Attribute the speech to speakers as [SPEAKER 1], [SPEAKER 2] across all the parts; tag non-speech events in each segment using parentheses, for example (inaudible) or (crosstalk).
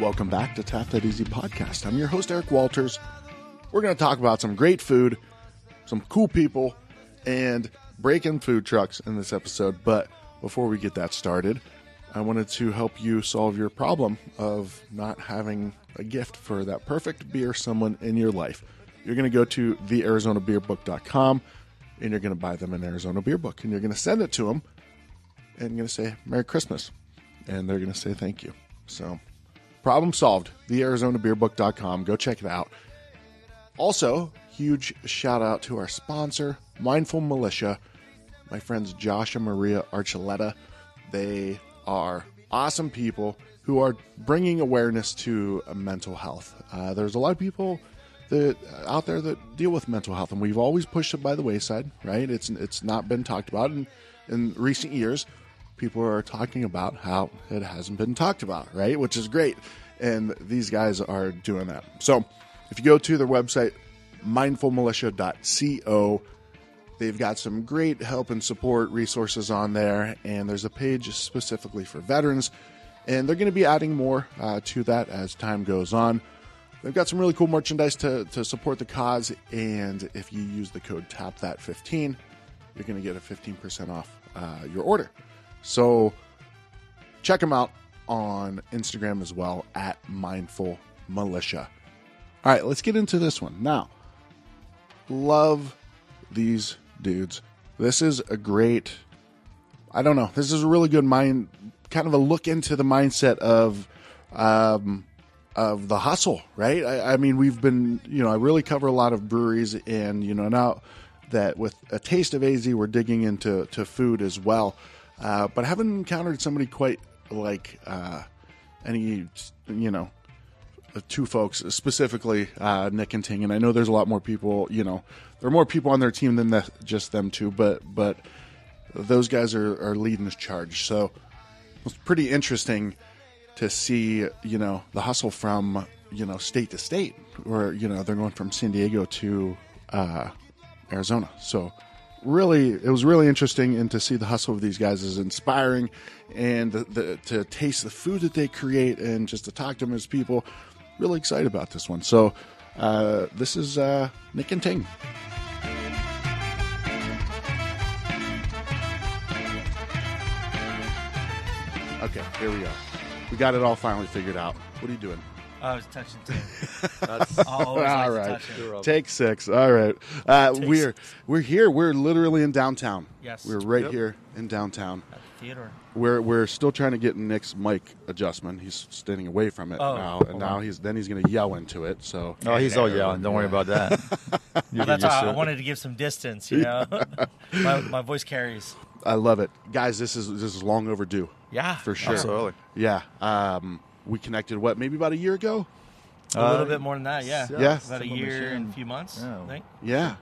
[SPEAKER 1] Welcome back to Tap That Easy Podcast. I'm your host, Eric Walters. We're going to talk about some great food, some cool people, and breaking food trucks in this episode. But before we get that started, I wanted to help you solve your problem of not having a gift for that perfect beer someone in your life. You're going to go to thearizonabeerbook.com and you're going to buy them an Arizona beer book and you're going to send it to them and you're going to say Merry Christmas, and they're going to say thank you. So, problem solved. TheArizonaBeerBook.com. Go check it out. Also, huge shout out to our sponsor, Mindful Militia. My friends Josh and Maria Archuleta. They are awesome people who are bringing awareness to uh, mental health. Uh, there's a lot of people that uh, out there that deal with mental health, and we've always pushed it by the wayside, right? It's it's not been talked about, and in recent years, people are talking about how it hasn't been talked about, right? Which is great, and these guys are doing that. So, if you go to their website, mindfulmilitia.co, They've got some great help and support resources on there, and there's a page specifically for veterans. And they're going to be adding more uh, to that as time goes on. They've got some really cool merchandise to, to support the cause, and if you use the code TAPTHAT15, you're going to get a 15% off uh, your order. So check them out on Instagram as well at Mindful Militia. All right, let's get into this one. Now, love these dudes. This is a great I don't know. This is a really good mind kind of a look into the mindset of um of the hustle, right? I, I mean we've been you know, I really cover a lot of breweries and you know now that with a taste of AZ we're digging into to food as well. Uh, but I haven't encountered somebody quite like uh any you know the two folks specifically uh, Nick and Ting, and I know there's a lot more people. You know, there are more people on their team than the, just them two, but but those guys are, are leading this charge. So it's pretty interesting to see you know the hustle from you know state to state, or you know they're going from San Diego to uh, Arizona. So really, it was really interesting, and to see the hustle of these guys is inspiring, and the, the, to taste the food that they create, and just to talk to them as people. Really excited about this one. So uh, this is uh, Nick and Ting. Okay, here we go. We got it all finally figured out. What are you doing?
[SPEAKER 2] I was touching too.
[SPEAKER 3] That's
[SPEAKER 2] I'll always like
[SPEAKER 1] All
[SPEAKER 2] to
[SPEAKER 1] right.
[SPEAKER 2] touch it.
[SPEAKER 3] You're up.
[SPEAKER 1] Take six. All right. Uh,
[SPEAKER 2] Take
[SPEAKER 1] we're we're here. We're literally in downtown.
[SPEAKER 2] Yes.
[SPEAKER 1] We're right
[SPEAKER 3] Yep.
[SPEAKER 1] here in downtown.
[SPEAKER 2] At the theater.
[SPEAKER 1] We're we're still trying to get Nick's mic adjustment. He's standing away from it
[SPEAKER 2] Oh.
[SPEAKER 1] now, and now he's then he's going to yell into it. So
[SPEAKER 3] Oh, he's all yelling. Don't worry
[SPEAKER 2] (laughs)
[SPEAKER 3] about that. You
[SPEAKER 2] Well,
[SPEAKER 3] get
[SPEAKER 2] that's why I
[SPEAKER 3] used to it.
[SPEAKER 2] wanted to give some distance, you know? (laughs) my, my voice carries.
[SPEAKER 1] I love it, guys. This is this is long overdue.
[SPEAKER 2] Yeah.
[SPEAKER 1] for sure.
[SPEAKER 3] Absolutely.
[SPEAKER 1] Yeah. Um, we connected what maybe about a year ago.
[SPEAKER 2] A little
[SPEAKER 3] Uh,
[SPEAKER 2] bit more than that, yeah.
[SPEAKER 3] yeah.
[SPEAKER 1] Yeah.
[SPEAKER 2] About a
[SPEAKER 3] Some of
[SPEAKER 2] year
[SPEAKER 3] machine.
[SPEAKER 2] and a few months,
[SPEAKER 3] Yeah.
[SPEAKER 2] I think.
[SPEAKER 1] Yeah.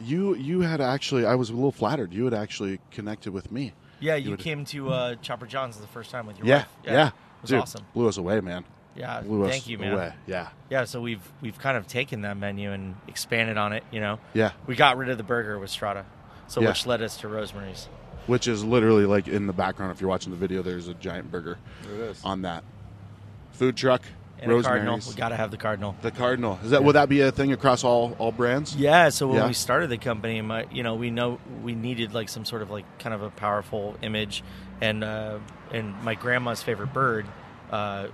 [SPEAKER 1] You you had actually I was a little flattered. You had actually connected with me.
[SPEAKER 2] Yeah, you
[SPEAKER 1] would-
[SPEAKER 2] came to uh, Chopper John's the first time with your
[SPEAKER 1] Yeah.
[SPEAKER 2] wife.
[SPEAKER 1] Yeah.
[SPEAKER 2] It was
[SPEAKER 1] Dude,
[SPEAKER 2] awesome.
[SPEAKER 1] Blew us away, man.
[SPEAKER 2] Yeah.
[SPEAKER 1] Blew us
[SPEAKER 2] Thank you, man.
[SPEAKER 1] away. Yeah.
[SPEAKER 2] Yeah, so we've we've kind of taken that menu and expanded on it, you know.
[SPEAKER 1] Yeah.
[SPEAKER 2] We got rid of the burger with Strata. So
[SPEAKER 1] Yeah.
[SPEAKER 2] which led us to Rosemary's.
[SPEAKER 1] Which is literally like in the background if you're watching the video there's a giant burger
[SPEAKER 3] There it is.
[SPEAKER 1] on that. Food truck,
[SPEAKER 2] And the Cardinal.
[SPEAKER 1] Rosemary's.
[SPEAKER 2] We gotta have the Cardinal.
[SPEAKER 1] the Cardinal. Is that will that be a thing across all all brands?
[SPEAKER 2] Yeah, so when
[SPEAKER 1] Yeah.
[SPEAKER 2] we started the company, my, you know, we know we needed like some sort of like kind of a powerful image, and uh, and my grandma's favorite bird uh,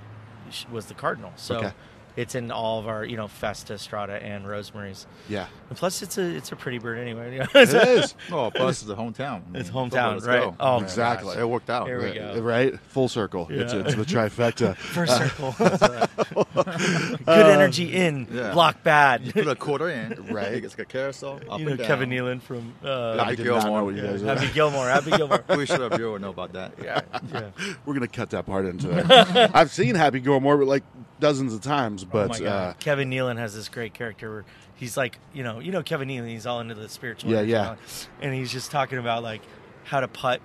[SPEAKER 2] sh- was the cardinal. So
[SPEAKER 1] Okay.
[SPEAKER 2] it's in all of our you know Festa, Strata, and Rosemary's.
[SPEAKER 1] Yeah.
[SPEAKER 2] And plus, it's a it's a pretty bird anyway. (laughs) you know,
[SPEAKER 1] It
[SPEAKER 2] it's-
[SPEAKER 1] is.
[SPEAKER 3] Oh, plus it's a hometown.
[SPEAKER 2] It's
[SPEAKER 3] Come on,
[SPEAKER 2] hometown,
[SPEAKER 3] let's
[SPEAKER 2] right?
[SPEAKER 3] go.
[SPEAKER 2] Oh, my
[SPEAKER 1] Exactly.
[SPEAKER 2] gosh.
[SPEAKER 3] It worked out.
[SPEAKER 2] Here we go.
[SPEAKER 1] Right? Full circle. It's,
[SPEAKER 2] Yeah.
[SPEAKER 1] it's the
[SPEAKER 2] (laughs)
[SPEAKER 1] trifecta.
[SPEAKER 2] First circle. uh, Good energy in,
[SPEAKER 3] yeah.
[SPEAKER 2] block bad.
[SPEAKER 3] Put a
[SPEAKER 2] (laughs)
[SPEAKER 3] quarter in.
[SPEAKER 1] Right.
[SPEAKER 3] It's got carousel. (laughs) Up
[SPEAKER 2] you know
[SPEAKER 3] and down.
[SPEAKER 2] Kevin Nealon from uh,
[SPEAKER 1] I
[SPEAKER 3] Happy
[SPEAKER 1] did not know
[SPEAKER 3] Gilmore.
[SPEAKER 1] what you guys are.
[SPEAKER 2] Happy Gilmore. Happy
[SPEAKER 3] (laughs)
[SPEAKER 2] Gilmore.
[SPEAKER 3] (laughs) We should have you know about that.
[SPEAKER 2] yeah, yeah.
[SPEAKER 1] (laughs) We're gonna cut that part into
[SPEAKER 2] (laughs)
[SPEAKER 1] it. I've seen Happy Gilmore like dozens of times,
[SPEAKER 2] oh my
[SPEAKER 1] but
[SPEAKER 2] God.
[SPEAKER 1] uh,
[SPEAKER 2] Kevin Nealon has this great character where he's like, you know, you know Kevin Nealon, he's all into the spiritual.
[SPEAKER 1] Yeah,
[SPEAKER 2] energy
[SPEAKER 1] yeah.
[SPEAKER 2] and all that. And he's just talking about like how to putt.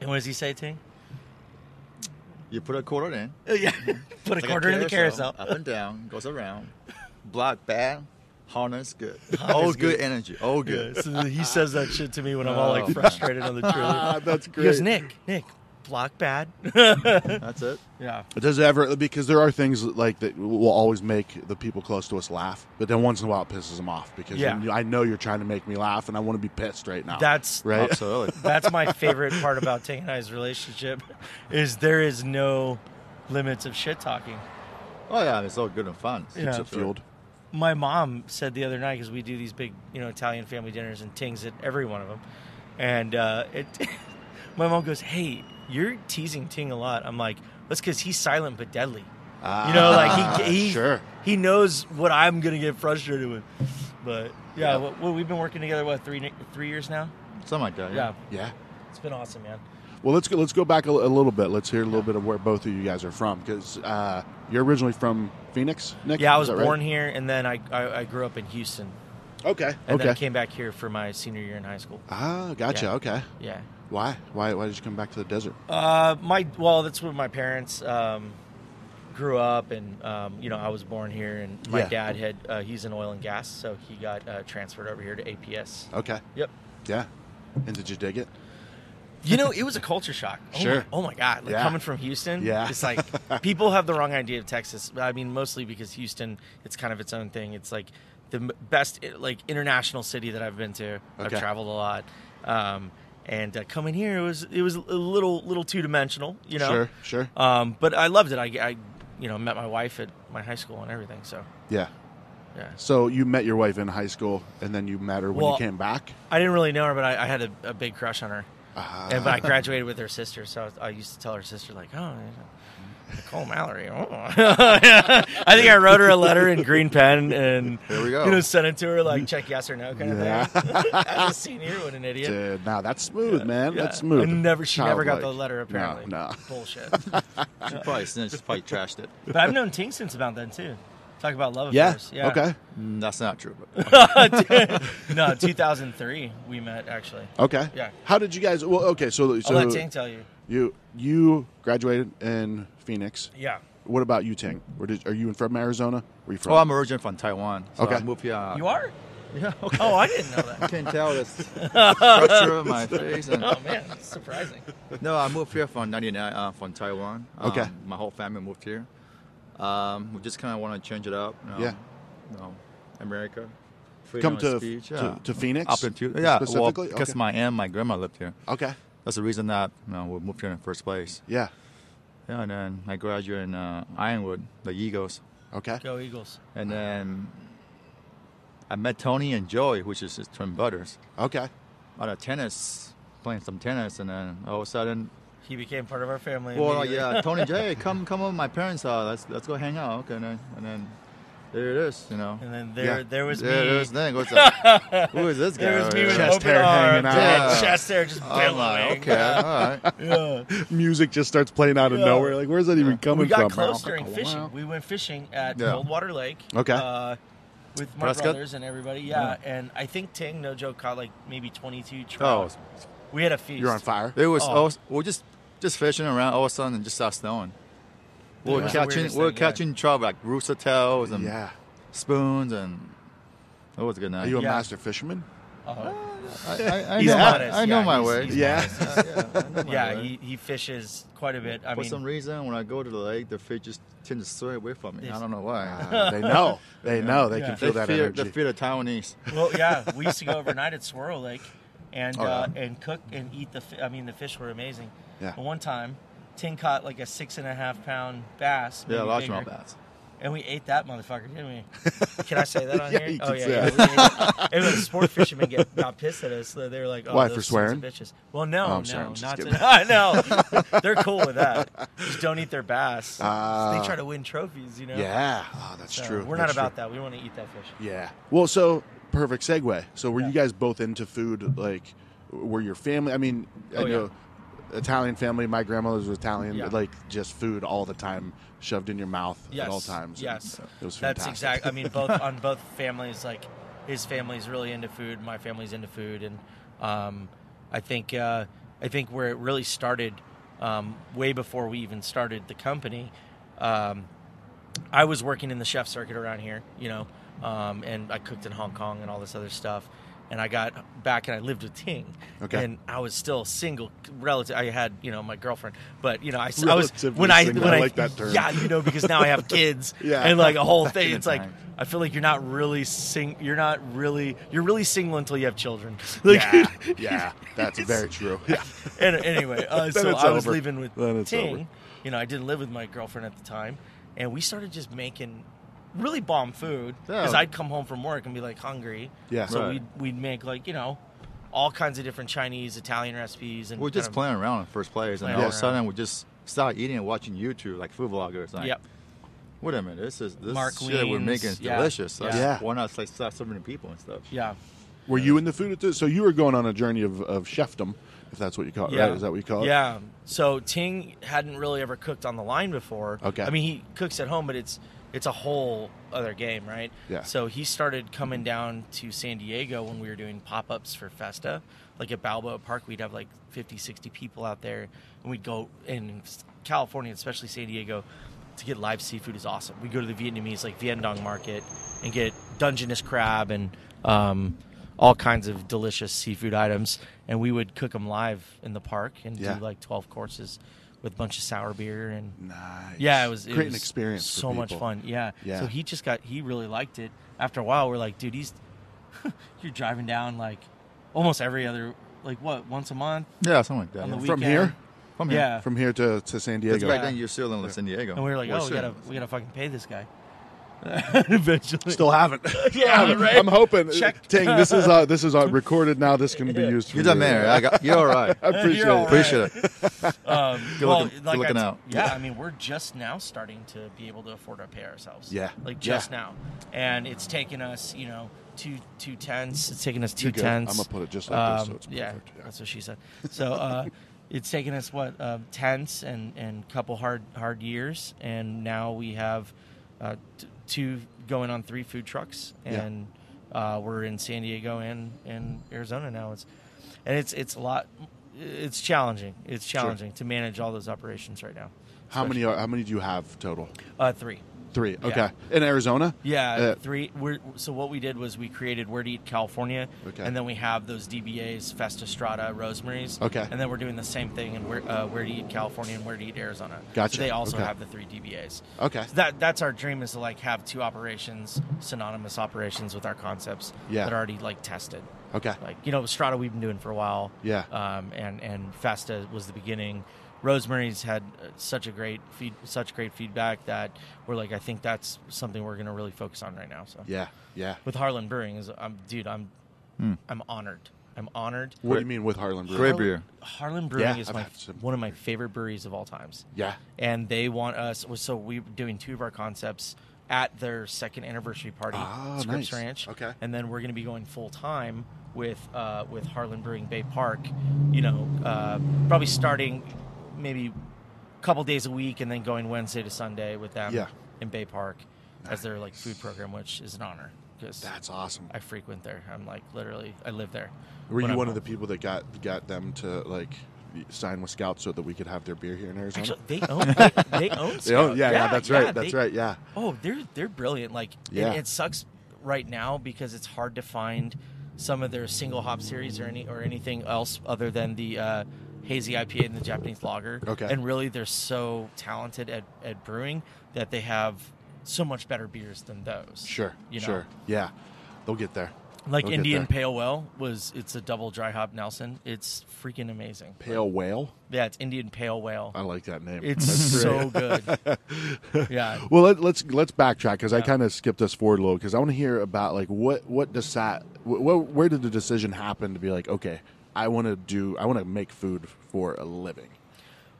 [SPEAKER 2] And what does he say, Ting?
[SPEAKER 3] You put a quarter in.
[SPEAKER 2] Oh, yeah, (laughs) put a
[SPEAKER 3] It's like
[SPEAKER 2] quarter in the carousel. Oh.
[SPEAKER 3] Up and down. Goes around. Block bad. Harness good.
[SPEAKER 2] (laughs) Harness
[SPEAKER 3] All good.
[SPEAKER 2] good.
[SPEAKER 3] energy. All
[SPEAKER 2] Yeah,
[SPEAKER 3] good.
[SPEAKER 2] so he says that shit to me when I'm all (laughs)
[SPEAKER 3] Oh,
[SPEAKER 2] like
[SPEAKER 3] man.
[SPEAKER 1] Ah,
[SPEAKER 2] frustrated on the trailer.
[SPEAKER 1] (laughs) that's
[SPEAKER 2] He goes, Nick, Nick, block
[SPEAKER 1] (laughs)
[SPEAKER 2] bad.
[SPEAKER 3] That's it.
[SPEAKER 2] yeah.
[SPEAKER 1] Does it ever because there are things like that will always make the people close to us laugh, but then once in a while it pisses them off because
[SPEAKER 2] Yeah.
[SPEAKER 1] you- I know you're trying to make me laugh and I want to be pissed right now.
[SPEAKER 2] That's
[SPEAKER 1] Oh. right.
[SPEAKER 3] Absolutely.
[SPEAKER 2] (laughs) that's my favorite part about Tank and I's relationship is there is no limits of shit talking.
[SPEAKER 3] Oh yeah, it's all good and fun.
[SPEAKER 2] Yeah.
[SPEAKER 1] It's fueled.
[SPEAKER 2] my mom said the other night because we do these big you know Italian family dinners and tings at every one of them, and uh, it. (laughs) my mom goes, "Hey, you're teasing Ting a lot." I'm like, "That's because he's silent but deadly." You know, like he he,
[SPEAKER 1] Ah, sure.
[SPEAKER 2] he knows what I'm gonna get frustrated with. But yeah,
[SPEAKER 3] Yeah.
[SPEAKER 2] What, what, we've been working together what three three years now?
[SPEAKER 3] Something like that.
[SPEAKER 2] Yeah,
[SPEAKER 3] Yeah.
[SPEAKER 1] Yeah.
[SPEAKER 2] it's been awesome, man.
[SPEAKER 1] Well, let's go, let's go back a, li- a little bit. Let's hear a little bit of where both of you guys are from because uh, you're originally from Phoenix, Nick.
[SPEAKER 2] Yeah,
[SPEAKER 1] Is
[SPEAKER 2] I was
[SPEAKER 1] that right?
[SPEAKER 2] born here, and then I, I I grew up in Houston,
[SPEAKER 1] Okay.
[SPEAKER 2] and
[SPEAKER 1] okay.
[SPEAKER 2] then I came back here for my senior year in high school.
[SPEAKER 1] Ah, gotcha.
[SPEAKER 2] Yeah.
[SPEAKER 1] Okay.
[SPEAKER 2] Yeah.
[SPEAKER 1] Why? Why? Why did you come back to the desert?
[SPEAKER 2] Uh, my well, that's where my parents um, grew up, and um, you know I was born here, and my
[SPEAKER 1] Yeah.
[SPEAKER 2] dad had uh, he's in oil and gas, so he got uh, transferred over here to APS.
[SPEAKER 1] Okay.
[SPEAKER 2] Yep.
[SPEAKER 1] Yeah. And did you dig it?
[SPEAKER 2] You know, it was a culture shock. Oh
[SPEAKER 1] Sure.
[SPEAKER 2] My, oh my god, like
[SPEAKER 1] Yeah.
[SPEAKER 2] coming from Houston,
[SPEAKER 1] Yeah.
[SPEAKER 2] it's like people have the wrong idea of Texas. I mean, mostly because Houston, it's kind of its own thing. It's like the m- best eh, like international city that I've been to.
[SPEAKER 1] Okay.
[SPEAKER 2] I've traveled a lot. Um, and uh, coming here, it was it was a little little two dimensional, you know.
[SPEAKER 1] Sure. Sure.
[SPEAKER 2] Um, but I loved it. I, I, you know, met my wife at my high school and everything. So,
[SPEAKER 1] Yeah.
[SPEAKER 2] yeah,
[SPEAKER 1] So you met your wife in high school, and then you met her when you
[SPEAKER 2] Well-
[SPEAKER 1] came back.
[SPEAKER 2] I didn't really know her, but I, I had a, a big crush on her.
[SPEAKER 1] Ah.
[SPEAKER 2] And but
[SPEAKER 1] (laughs)
[SPEAKER 2] I graduated with her sister, so I used to tell her sister like, "Oh, you know, Nicole Mallory." Oh. (laughs) I think I wrote her a letter in green pen and
[SPEAKER 3] There we go.
[SPEAKER 2] you know sent it to her like check yes or no kind
[SPEAKER 1] Yeah.
[SPEAKER 2] of thing. (laughs) As a senior,
[SPEAKER 1] (laughs)
[SPEAKER 2] what an idiot.
[SPEAKER 1] Dude, now uh, that's smooth, man.
[SPEAKER 2] Yeah.
[SPEAKER 1] That's smooth.
[SPEAKER 2] I never, she never got the
[SPEAKER 1] Childlike.
[SPEAKER 2] letter. Apparently,
[SPEAKER 1] No, no.
[SPEAKER 2] bullshit.
[SPEAKER 3] She probably since she probably
[SPEAKER 2] (laughs)
[SPEAKER 3] trashed it.
[SPEAKER 2] But I've known Ting since about then too. Talk about
[SPEAKER 1] (laughs)
[SPEAKER 2] love
[SPEAKER 1] Yeah.
[SPEAKER 2] affairs.
[SPEAKER 1] Okay.
[SPEAKER 3] Mm, That's not true.
[SPEAKER 2] (laughs)
[SPEAKER 3] But
[SPEAKER 2] no, 2003 we met actually.
[SPEAKER 1] Okay.
[SPEAKER 2] Yeah.
[SPEAKER 1] How did you guys? Well, okay. So,
[SPEAKER 2] I'll let
[SPEAKER 1] so
[SPEAKER 2] Ting tell you.
[SPEAKER 1] you you graduated in Phoenix.
[SPEAKER 2] Yeah.
[SPEAKER 1] What about you, Ting? Where did, are you from Arizona? Where you from?
[SPEAKER 3] Oh, I'm originally from Taiwan. So
[SPEAKER 1] Okay.
[SPEAKER 3] I moved here. uh,
[SPEAKER 2] You are?
[SPEAKER 3] Yeah. Okay.
[SPEAKER 2] Oh, I didn't know that.
[SPEAKER 3] Can tell the structure of my
[SPEAKER 2] (laughs)
[SPEAKER 3] face. And,
[SPEAKER 2] Oh man, that's surprising.
[SPEAKER 3] no, I moved here from '99 uh, from Taiwan. Um,
[SPEAKER 1] Okay.
[SPEAKER 3] My whole family moved here. Um, we just kind of want to change it up. You know,
[SPEAKER 1] Yeah.
[SPEAKER 3] You know, America.
[SPEAKER 1] Come
[SPEAKER 3] freedom of
[SPEAKER 1] to,
[SPEAKER 3] speech,
[SPEAKER 1] to,
[SPEAKER 3] yeah.
[SPEAKER 1] to Phoenix.
[SPEAKER 3] Up into yeah, well,
[SPEAKER 1] specifically.
[SPEAKER 3] because
[SPEAKER 1] okay.
[SPEAKER 3] my aunt, my grandma lived here.
[SPEAKER 1] okay.
[SPEAKER 3] That's the reason that you know, we moved here in the first place.
[SPEAKER 1] Yeah.
[SPEAKER 3] Yeah, and then I graduated in uh, Ironwood, the Eagles,
[SPEAKER 1] Okay.
[SPEAKER 2] Go Eagles.
[SPEAKER 3] and then I met Tony and Joey, which is his twin brothers,
[SPEAKER 1] Okay.
[SPEAKER 3] out of tennis, playing some tennis, and then all of a sudden,
[SPEAKER 2] He became part of our family.
[SPEAKER 3] well,
[SPEAKER 2] immediately.
[SPEAKER 3] yeah, Tony, (laughs) Jay, come, come on, my parents are. Let's let's go hang out, okay? And then, and then there it is, you know.
[SPEAKER 2] (laughs) And then there,
[SPEAKER 1] Yeah.
[SPEAKER 2] there was
[SPEAKER 3] there
[SPEAKER 2] me.
[SPEAKER 3] it is. Then it
[SPEAKER 2] (laughs)
[SPEAKER 3] goes like, who is this guy?
[SPEAKER 2] there was
[SPEAKER 3] over
[SPEAKER 2] me
[SPEAKER 3] here?
[SPEAKER 2] with
[SPEAKER 1] Chest
[SPEAKER 2] open
[SPEAKER 1] hair hanging
[SPEAKER 2] arms,
[SPEAKER 1] out.
[SPEAKER 2] and
[SPEAKER 3] Yeah.
[SPEAKER 2] chest hair just
[SPEAKER 3] I'm
[SPEAKER 2] billowing.
[SPEAKER 3] like, Oh, okay, all right.
[SPEAKER 2] (laughs) Yeah.
[SPEAKER 1] Music just starts playing out of
[SPEAKER 2] Yeah.
[SPEAKER 1] nowhere. Like, where's that even coming
[SPEAKER 2] We got
[SPEAKER 1] from?
[SPEAKER 2] close during fishing. We went fishing at
[SPEAKER 3] Yeah.
[SPEAKER 2] Coldwater Lake.
[SPEAKER 1] Okay.
[SPEAKER 2] Uh, with my
[SPEAKER 3] Prescott?
[SPEAKER 2] brothers and everybody, yeah. And I think Ting, no joke, caught like maybe 22
[SPEAKER 3] Oh,
[SPEAKER 2] trout. we had a feast.
[SPEAKER 1] You're on fire.
[SPEAKER 3] It was
[SPEAKER 2] Oh.
[SPEAKER 3] all, we're just just fishing around all of a sudden and just start snowing.
[SPEAKER 2] Yeah.
[SPEAKER 3] We're
[SPEAKER 2] That's the
[SPEAKER 3] catching
[SPEAKER 2] weirdest
[SPEAKER 3] we're
[SPEAKER 2] thing, yeah.
[SPEAKER 3] catching trout like rooster tails and
[SPEAKER 1] Yeah.
[SPEAKER 3] spoons and it was a good
[SPEAKER 1] Are
[SPEAKER 3] night.
[SPEAKER 1] you a
[SPEAKER 2] Yeah.
[SPEAKER 1] master fisherman?
[SPEAKER 2] Oh.
[SPEAKER 3] I, I, I
[SPEAKER 2] He's
[SPEAKER 3] know,
[SPEAKER 2] modest,
[SPEAKER 3] I, I know
[SPEAKER 2] yeah,
[SPEAKER 3] my
[SPEAKER 2] he's-
[SPEAKER 3] way.
[SPEAKER 2] he's
[SPEAKER 1] Yeah.
[SPEAKER 3] yeah, yeah, I know my
[SPEAKER 2] Yeah,
[SPEAKER 3] way.
[SPEAKER 2] he, he fishes quite a bit. I
[SPEAKER 3] For
[SPEAKER 2] mean,
[SPEAKER 3] some reason, when I go to the lake, the fish just tend to swim away from me. I
[SPEAKER 2] Yes.
[SPEAKER 3] don't know why. (laughs)
[SPEAKER 1] Ah, (laughs) they know. They know. They
[SPEAKER 2] Yeah.
[SPEAKER 1] can
[SPEAKER 3] they
[SPEAKER 1] feel that
[SPEAKER 3] fear
[SPEAKER 1] energy.
[SPEAKER 3] they fear the Taiwanese.
[SPEAKER 2] well, yeah, we used to go overnight at Swirl Lake, and
[SPEAKER 3] Oh,
[SPEAKER 2] uh,
[SPEAKER 3] yeah.
[SPEAKER 2] and cook and eat the. Fi- I mean, the fish were amazing.
[SPEAKER 1] Yeah.
[SPEAKER 2] But one time, Ting caught like a six and a half pound bass.
[SPEAKER 3] (laughs) Yeah,
[SPEAKER 2] maybe
[SPEAKER 3] largemouth
[SPEAKER 2] bigger,
[SPEAKER 3] bass.
[SPEAKER 2] And we ate that motherfucker, didn't
[SPEAKER 1] (laughs)
[SPEAKER 2] we? Can I say that on
[SPEAKER 1] Yeah,
[SPEAKER 2] here?
[SPEAKER 1] you
[SPEAKER 2] oh
[SPEAKER 1] can
[SPEAKER 2] yeah,
[SPEAKER 1] say
[SPEAKER 2] yeah.
[SPEAKER 1] it.
[SPEAKER 2] we ate it. It was sport
[SPEAKER 1] (laughs)
[SPEAKER 2] fishermen get got pissed at us. They were like, oh,
[SPEAKER 1] Why,
[SPEAKER 2] those
[SPEAKER 1] for
[SPEAKER 2] sons of
[SPEAKER 1] swearing?
[SPEAKER 2] Bitches. Well, no,
[SPEAKER 1] Oh, I'm
[SPEAKER 2] no,
[SPEAKER 1] sorry, I'm just
[SPEAKER 2] not
[SPEAKER 1] kidding.
[SPEAKER 2] to. (laughs) I know they're cool
[SPEAKER 1] (laughs)
[SPEAKER 2] with that. Just don't eat their bass.
[SPEAKER 1] Ah.
[SPEAKER 2] they try to win trophies, you know.
[SPEAKER 1] yeah. Oh, that's
[SPEAKER 2] So,
[SPEAKER 1] true.
[SPEAKER 2] We're
[SPEAKER 1] That's
[SPEAKER 2] not about
[SPEAKER 1] true.
[SPEAKER 2] that. We want to eat that fish.
[SPEAKER 1] Yeah. Well, so perfect segue. So were
[SPEAKER 2] Yeah.
[SPEAKER 1] you guys both into food? Like, were your family? I mean, I
[SPEAKER 2] Oh, yeah.
[SPEAKER 1] know Italian family. My grandmother's was Italian.
[SPEAKER 2] Yeah.
[SPEAKER 1] But, like, just food all the time, shoved in your mouth at
[SPEAKER 2] Yes,
[SPEAKER 1] all times. and
[SPEAKER 2] yes.
[SPEAKER 1] It was
[SPEAKER 2] That's
[SPEAKER 1] fantastic.
[SPEAKER 2] exact. I
[SPEAKER 1] (laughs)
[SPEAKER 2] mean, both on both families, like his family's really into food, my family's into food, and um, I think uh, I think where it really started, um, way before we even started the company, um, I was working in the chef circuit around here, you know, um, and I cooked in Hong Kong and all this other stuff, and I got back and I lived with Ting.
[SPEAKER 1] Okay.
[SPEAKER 2] And I was still single, relative. I had you know my girlfriend, but you know I, s- I was
[SPEAKER 1] Relatively
[SPEAKER 2] when I
[SPEAKER 1] single.
[SPEAKER 2] when
[SPEAKER 1] I
[SPEAKER 2] I,
[SPEAKER 1] like that term.
[SPEAKER 2] Yeah, you know because now I
[SPEAKER 1] (laughs)
[SPEAKER 2] have kids.
[SPEAKER 1] Yeah.
[SPEAKER 2] And like a whole thing.
[SPEAKER 3] in
[SPEAKER 2] It's like
[SPEAKER 3] time.
[SPEAKER 2] I feel like you're not really sing. You're not really. You're really single until you have children. Like,
[SPEAKER 1] yeah,
[SPEAKER 2] (laughs)
[SPEAKER 1] yeah, that's very true. Yeah.
[SPEAKER 2] and anyway,
[SPEAKER 1] (laughs)
[SPEAKER 2] uh,
[SPEAKER 1] Then
[SPEAKER 2] so
[SPEAKER 1] it's
[SPEAKER 2] I was
[SPEAKER 1] over.
[SPEAKER 2] living with
[SPEAKER 1] Then it's
[SPEAKER 2] Ting.
[SPEAKER 1] over.
[SPEAKER 2] You know, I didn't live with my girlfriend at the time, and we started just making really bomb food because
[SPEAKER 3] Yeah.
[SPEAKER 2] I'd come home from work and be like hungry.
[SPEAKER 1] Yeah.
[SPEAKER 2] So
[SPEAKER 3] Right.
[SPEAKER 2] we'd we'd make like you know all kinds of different Chinese, Italian recipes, and
[SPEAKER 3] We're just
[SPEAKER 2] kind of-
[SPEAKER 3] playing around in first place, and
[SPEAKER 2] Playing
[SPEAKER 3] all of a
[SPEAKER 2] around.
[SPEAKER 3] sudden we just start eating and watching YouTube like food vloggers. Like,
[SPEAKER 2] Yep.
[SPEAKER 3] Wait a minute, this is this
[SPEAKER 2] Mark
[SPEAKER 3] shit we're
[SPEAKER 2] Wiens,
[SPEAKER 3] making is
[SPEAKER 2] yeah,
[SPEAKER 3] delicious. That's-
[SPEAKER 1] yeah.
[SPEAKER 3] Why not like start serving the people and stuff?
[SPEAKER 2] Yeah.
[SPEAKER 1] Were you in the food? at this- So you were going on a journey of, of chefdom, if that's what you call it, right? Is that what you call it?
[SPEAKER 2] Yeah. So Ting hadn't really ever cooked on the line before.
[SPEAKER 1] Okay.
[SPEAKER 2] I mean, he cooks at home, but it's it's a whole other game, right?
[SPEAKER 1] Yeah.
[SPEAKER 2] So he started coming down to San Diego when we were doing pop ups for Festa, like at Balboa Park. We'd have like 50, 60 people out there, and we'd go in California, especially San Diego. To get live seafood is awesome. We go to the Vietnamese, like Vietnong market, and get Dungeness crab and um, all kinds of delicious seafood items. And we would cook them live in the park and
[SPEAKER 1] Yeah.
[SPEAKER 2] do like 12 courses with a bunch of sour beer and
[SPEAKER 1] Nice.
[SPEAKER 2] yeah it was it
[SPEAKER 1] create an
[SPEAKER 2] was
[SPEAKER 1] experience. for
[SPEAKER 2] so much
[SPEAKER 1] people.
[SPEAKER 2] fun yeah.
[SPEAKER 1] Yeah.
[SPEAKER 2] so he just got he really liked it after a while we're like dude he's (laughs) you're driving down like almost every other like what once a month
[SPEAKER 3] Yeah, something like that.
[SPEAKER 2] on the
[SPEAKER 3] yeah.
[SPEAKER 2] weekend
[SPEAKER 1] From here?
[SPEAKER 3] From here.
[SPEAKER 2] yeah
[SPEAKER 1] From here to, to San
[SPEAKER 3] Because
[SPEAKER 1] Diego.
[SPEAKER 3] back
[SPEAKER 2] Yeah.
[SPEAKER 3] then you still in San Diego.
[SPEAKER 2] and we were like
[SPEAKER 3] Well,
[SPEAKER 2] oh we
[SPEAKER 3] sure.
[SPEAKER 2] gotta we gotta fucking pay this guy (laughs) eventually
[SPEAKER 1] (laughs) Still haven't.
[SPEAKER 2] (laughs) Yeah,
[SPEAKER 1] I'm-
[SPEAKER 2] right?
[SPEAKER 1] I'm hoping.
[SPEAKER 2] Check.
[SPEAKER 1] Ting, this is uh, this is uh, recorded now. This can be used. For
[SPEAKER 3] (laughs) You're the
[SPEAKER 1] your-
[SPEAKER 3] mayor. I got, you're all right.
[SPEAKER 1] (laughs) I appreciate
[SPEAKER 2] You're all
[SPEAKER 1] it.
[SPEAKER 2] right. (laughs)
[SPEAKER 3] Appreciate it.
[SPEAKER 2] um,
[SPEAKER 3] Good
[SPEAKER 2] well,
[SPEAKER 3] looking- good
[SPEAKER 2] like I
[SPEAKER 3] looking
[SPEAKER 2] t-
[SPEAKER 3] out.
[SPEAKER 2] Yeah, I mean, we're just now starting to be able to afford to pay ourselves.
[SPEAKER 1] Yeah.
[SPEAKER 2] like
[SPEAKER 1] Yeah.
[SPEAKER 2] just now, and it's taken us, you know, two two tenths. It's taken us two
[SPEAKER 1] You're good.
[SPEAKER 2] tenths.
[SPEAKER 1] I'm gonna put it just like this,
[SPEAKER 2] Um,
[SPEAKER 1] so it's
[SPEAKER 2] yeah,
[SPEAKER 1] perfect. Yeah.
[SPEAKER 2] that's what she said. So uh, it's taken us what uh, tenths and and couple hard hard years, and now we have uh, t- two going on three food trucks,
[SPEAKER 1] Yeah.
[SPEAKER 2] and uh, we're in San Diego and and Arizona now. It's and it's it's a lot. It's challenging. It's challenging to manage all those operations right now.
[SPEAKER 1] How many are, how many do you have total?
[SPEAKER 2] Uh, three.
[SPEAKER 1] Three.
[SPEAKER 2] Yeah.
[SPEAKER 1] Okay. In Arizona.
[SPEAKER 2] Yeah,
[SPEAKER 1] Uh,
[SPEAKER 2] three. We're, so what we did was we created Where to Eat California,
[SPEAKER 1] Okay.
[SPEAKER 2] and then we have those DBAs, Festa Strada, Rosemary's.
[SPEAKER 1] Okay.
[SPEAKER 2] And then we're doing the same thing in Where, uh, Where to Eat California and Where to Eat Arizona.
[SPEAKER 1] Gotcha.
[SPEAKER 2] So they also
[SPEAKER 1] Okay.
[SPEAKER 2] have the three DBAs.
[SPEAKER 1] Okay.
[SPEAKER 2] So that that's our dream is to like have two operations, synonymous operations with our concepts
[SPEAKER 1] Yeah.
[SPEAKER 2] that are already like tested.
[SPEAKER 1] Okay.
[SPEAKER 2] Like you know, Strada we've been doing for a while.
[SPEAKER 1] Yeah.
[SPEAKER 2] Um, and and Festa was the beginning. Rosemary's had uh, such a great feed, such great feedback that we're like, I think that's something we're going to really focus on right now. So
[SPEAKER 1] Yeah. Hmm. Yeah.
[SPEAKER 2] with Harlan Brewing is, I'm dude, I'm I'm honored. I'm honored.
[SPEAKER 1] What do you mean with Harlan Brewery?
[SPEAKER 3] Great beer.
[SPEAKER 2] Harlan Brewing
[SPEAKER 1] Yeah,
[SPEAKER 2] is
[SPEAKER 1] I've
[SPEAKER 2] my
[SPEAKER 1] had some-
[SPEAKER 2] one of my favorite breweries of all times
[SPEAKER 1] Yeah.
[SPEAKER 2] and they want us. So we we're doing two of our concepts at their second anniversary party,
[SPEAKER 1] Ah,
[SPEAKER 2] Scripps
[SPEAKER 1] nice.
[SPEAKER 2] Ranch.
[SPEAKER 1] Okay.
[SPEAKER 2] and then we're going to be going full time with uh, with Harlan Brewing Bay Park. You know, uh, probably starting maybe a couple days a week, and then going Wednesday to Sunday with them
[SPEAKER 1] Yeah.
[SPEAKER 2] in Bay Park as their like food program, which is an honor because
[SPEAKER 1] That's awesome.
[SPEAKER 2] I frequent there. I'm like literally, I live there.
[SPEAKER 1] Were
[SPEAKER 2] when
[SPEAKER 1] you
[SPEAKER 2] I'm
[SPEAKER 1] one
[SPEAKER 2] home.
[SPEAKER 1] of the people that got got them to like sign with Scouts so that we could have their beer here in Arizona?
[SPEAKER 2] Actually, they own. They, they own.
[SPEAKER 1] (laughs) They own-
[SPEAKER 2] Scout.
[SPEAKER 1] yeah, yeah, that's right. That's
[SPEAKER 2] they-
[SPEAKER 1] right. Yeah.
[SPEAKER 2] Oh, they're they're brilliant. Like,
[SPEAKER 1] Yeah.
[SPEAKER 2] and it sucks right now because it's hard to find some of their single hop series or any or anything else other than the uh, hazy IPA and the Japanese lager.
[SPEAKER 1] Okay.
[SPEAKER 2] And really, they're so talented at, at brewing that they have so much better beers than those.
[SPEAKER 1] Sure.
[SPEAKER 2] You know?
[SPEAKER 1] Sure. Yeah. They'll get there.
[SPEAKER 2] Like
[SPEAKER 1] They'll get
[SPEAKER 2] Indian
[SPEAKER 1] there.
[SPEAKER 2] Pale Well was it's a double dry hop Nelson. It's freaking amazing.
[SPEAKER 1] pale whale.
[SPEAKER 2] Yeah, it's Indian Pale Whale.
[SPEAKER 1] I like that name.
[SPEAKER 2] It's
[SPEAKER 1] Uh, That's great.
[SPEAKER 2] so good.
[SPEAKER 1] (laughs)
[SPEAKER 2] yeah.
[SPEAKER 1] Well, let, let's let's backtrack because I kind of skipped us forward a little because I want to hear about like what what decide what where did the decision happen to be like okay I want to do I want to make food for a living.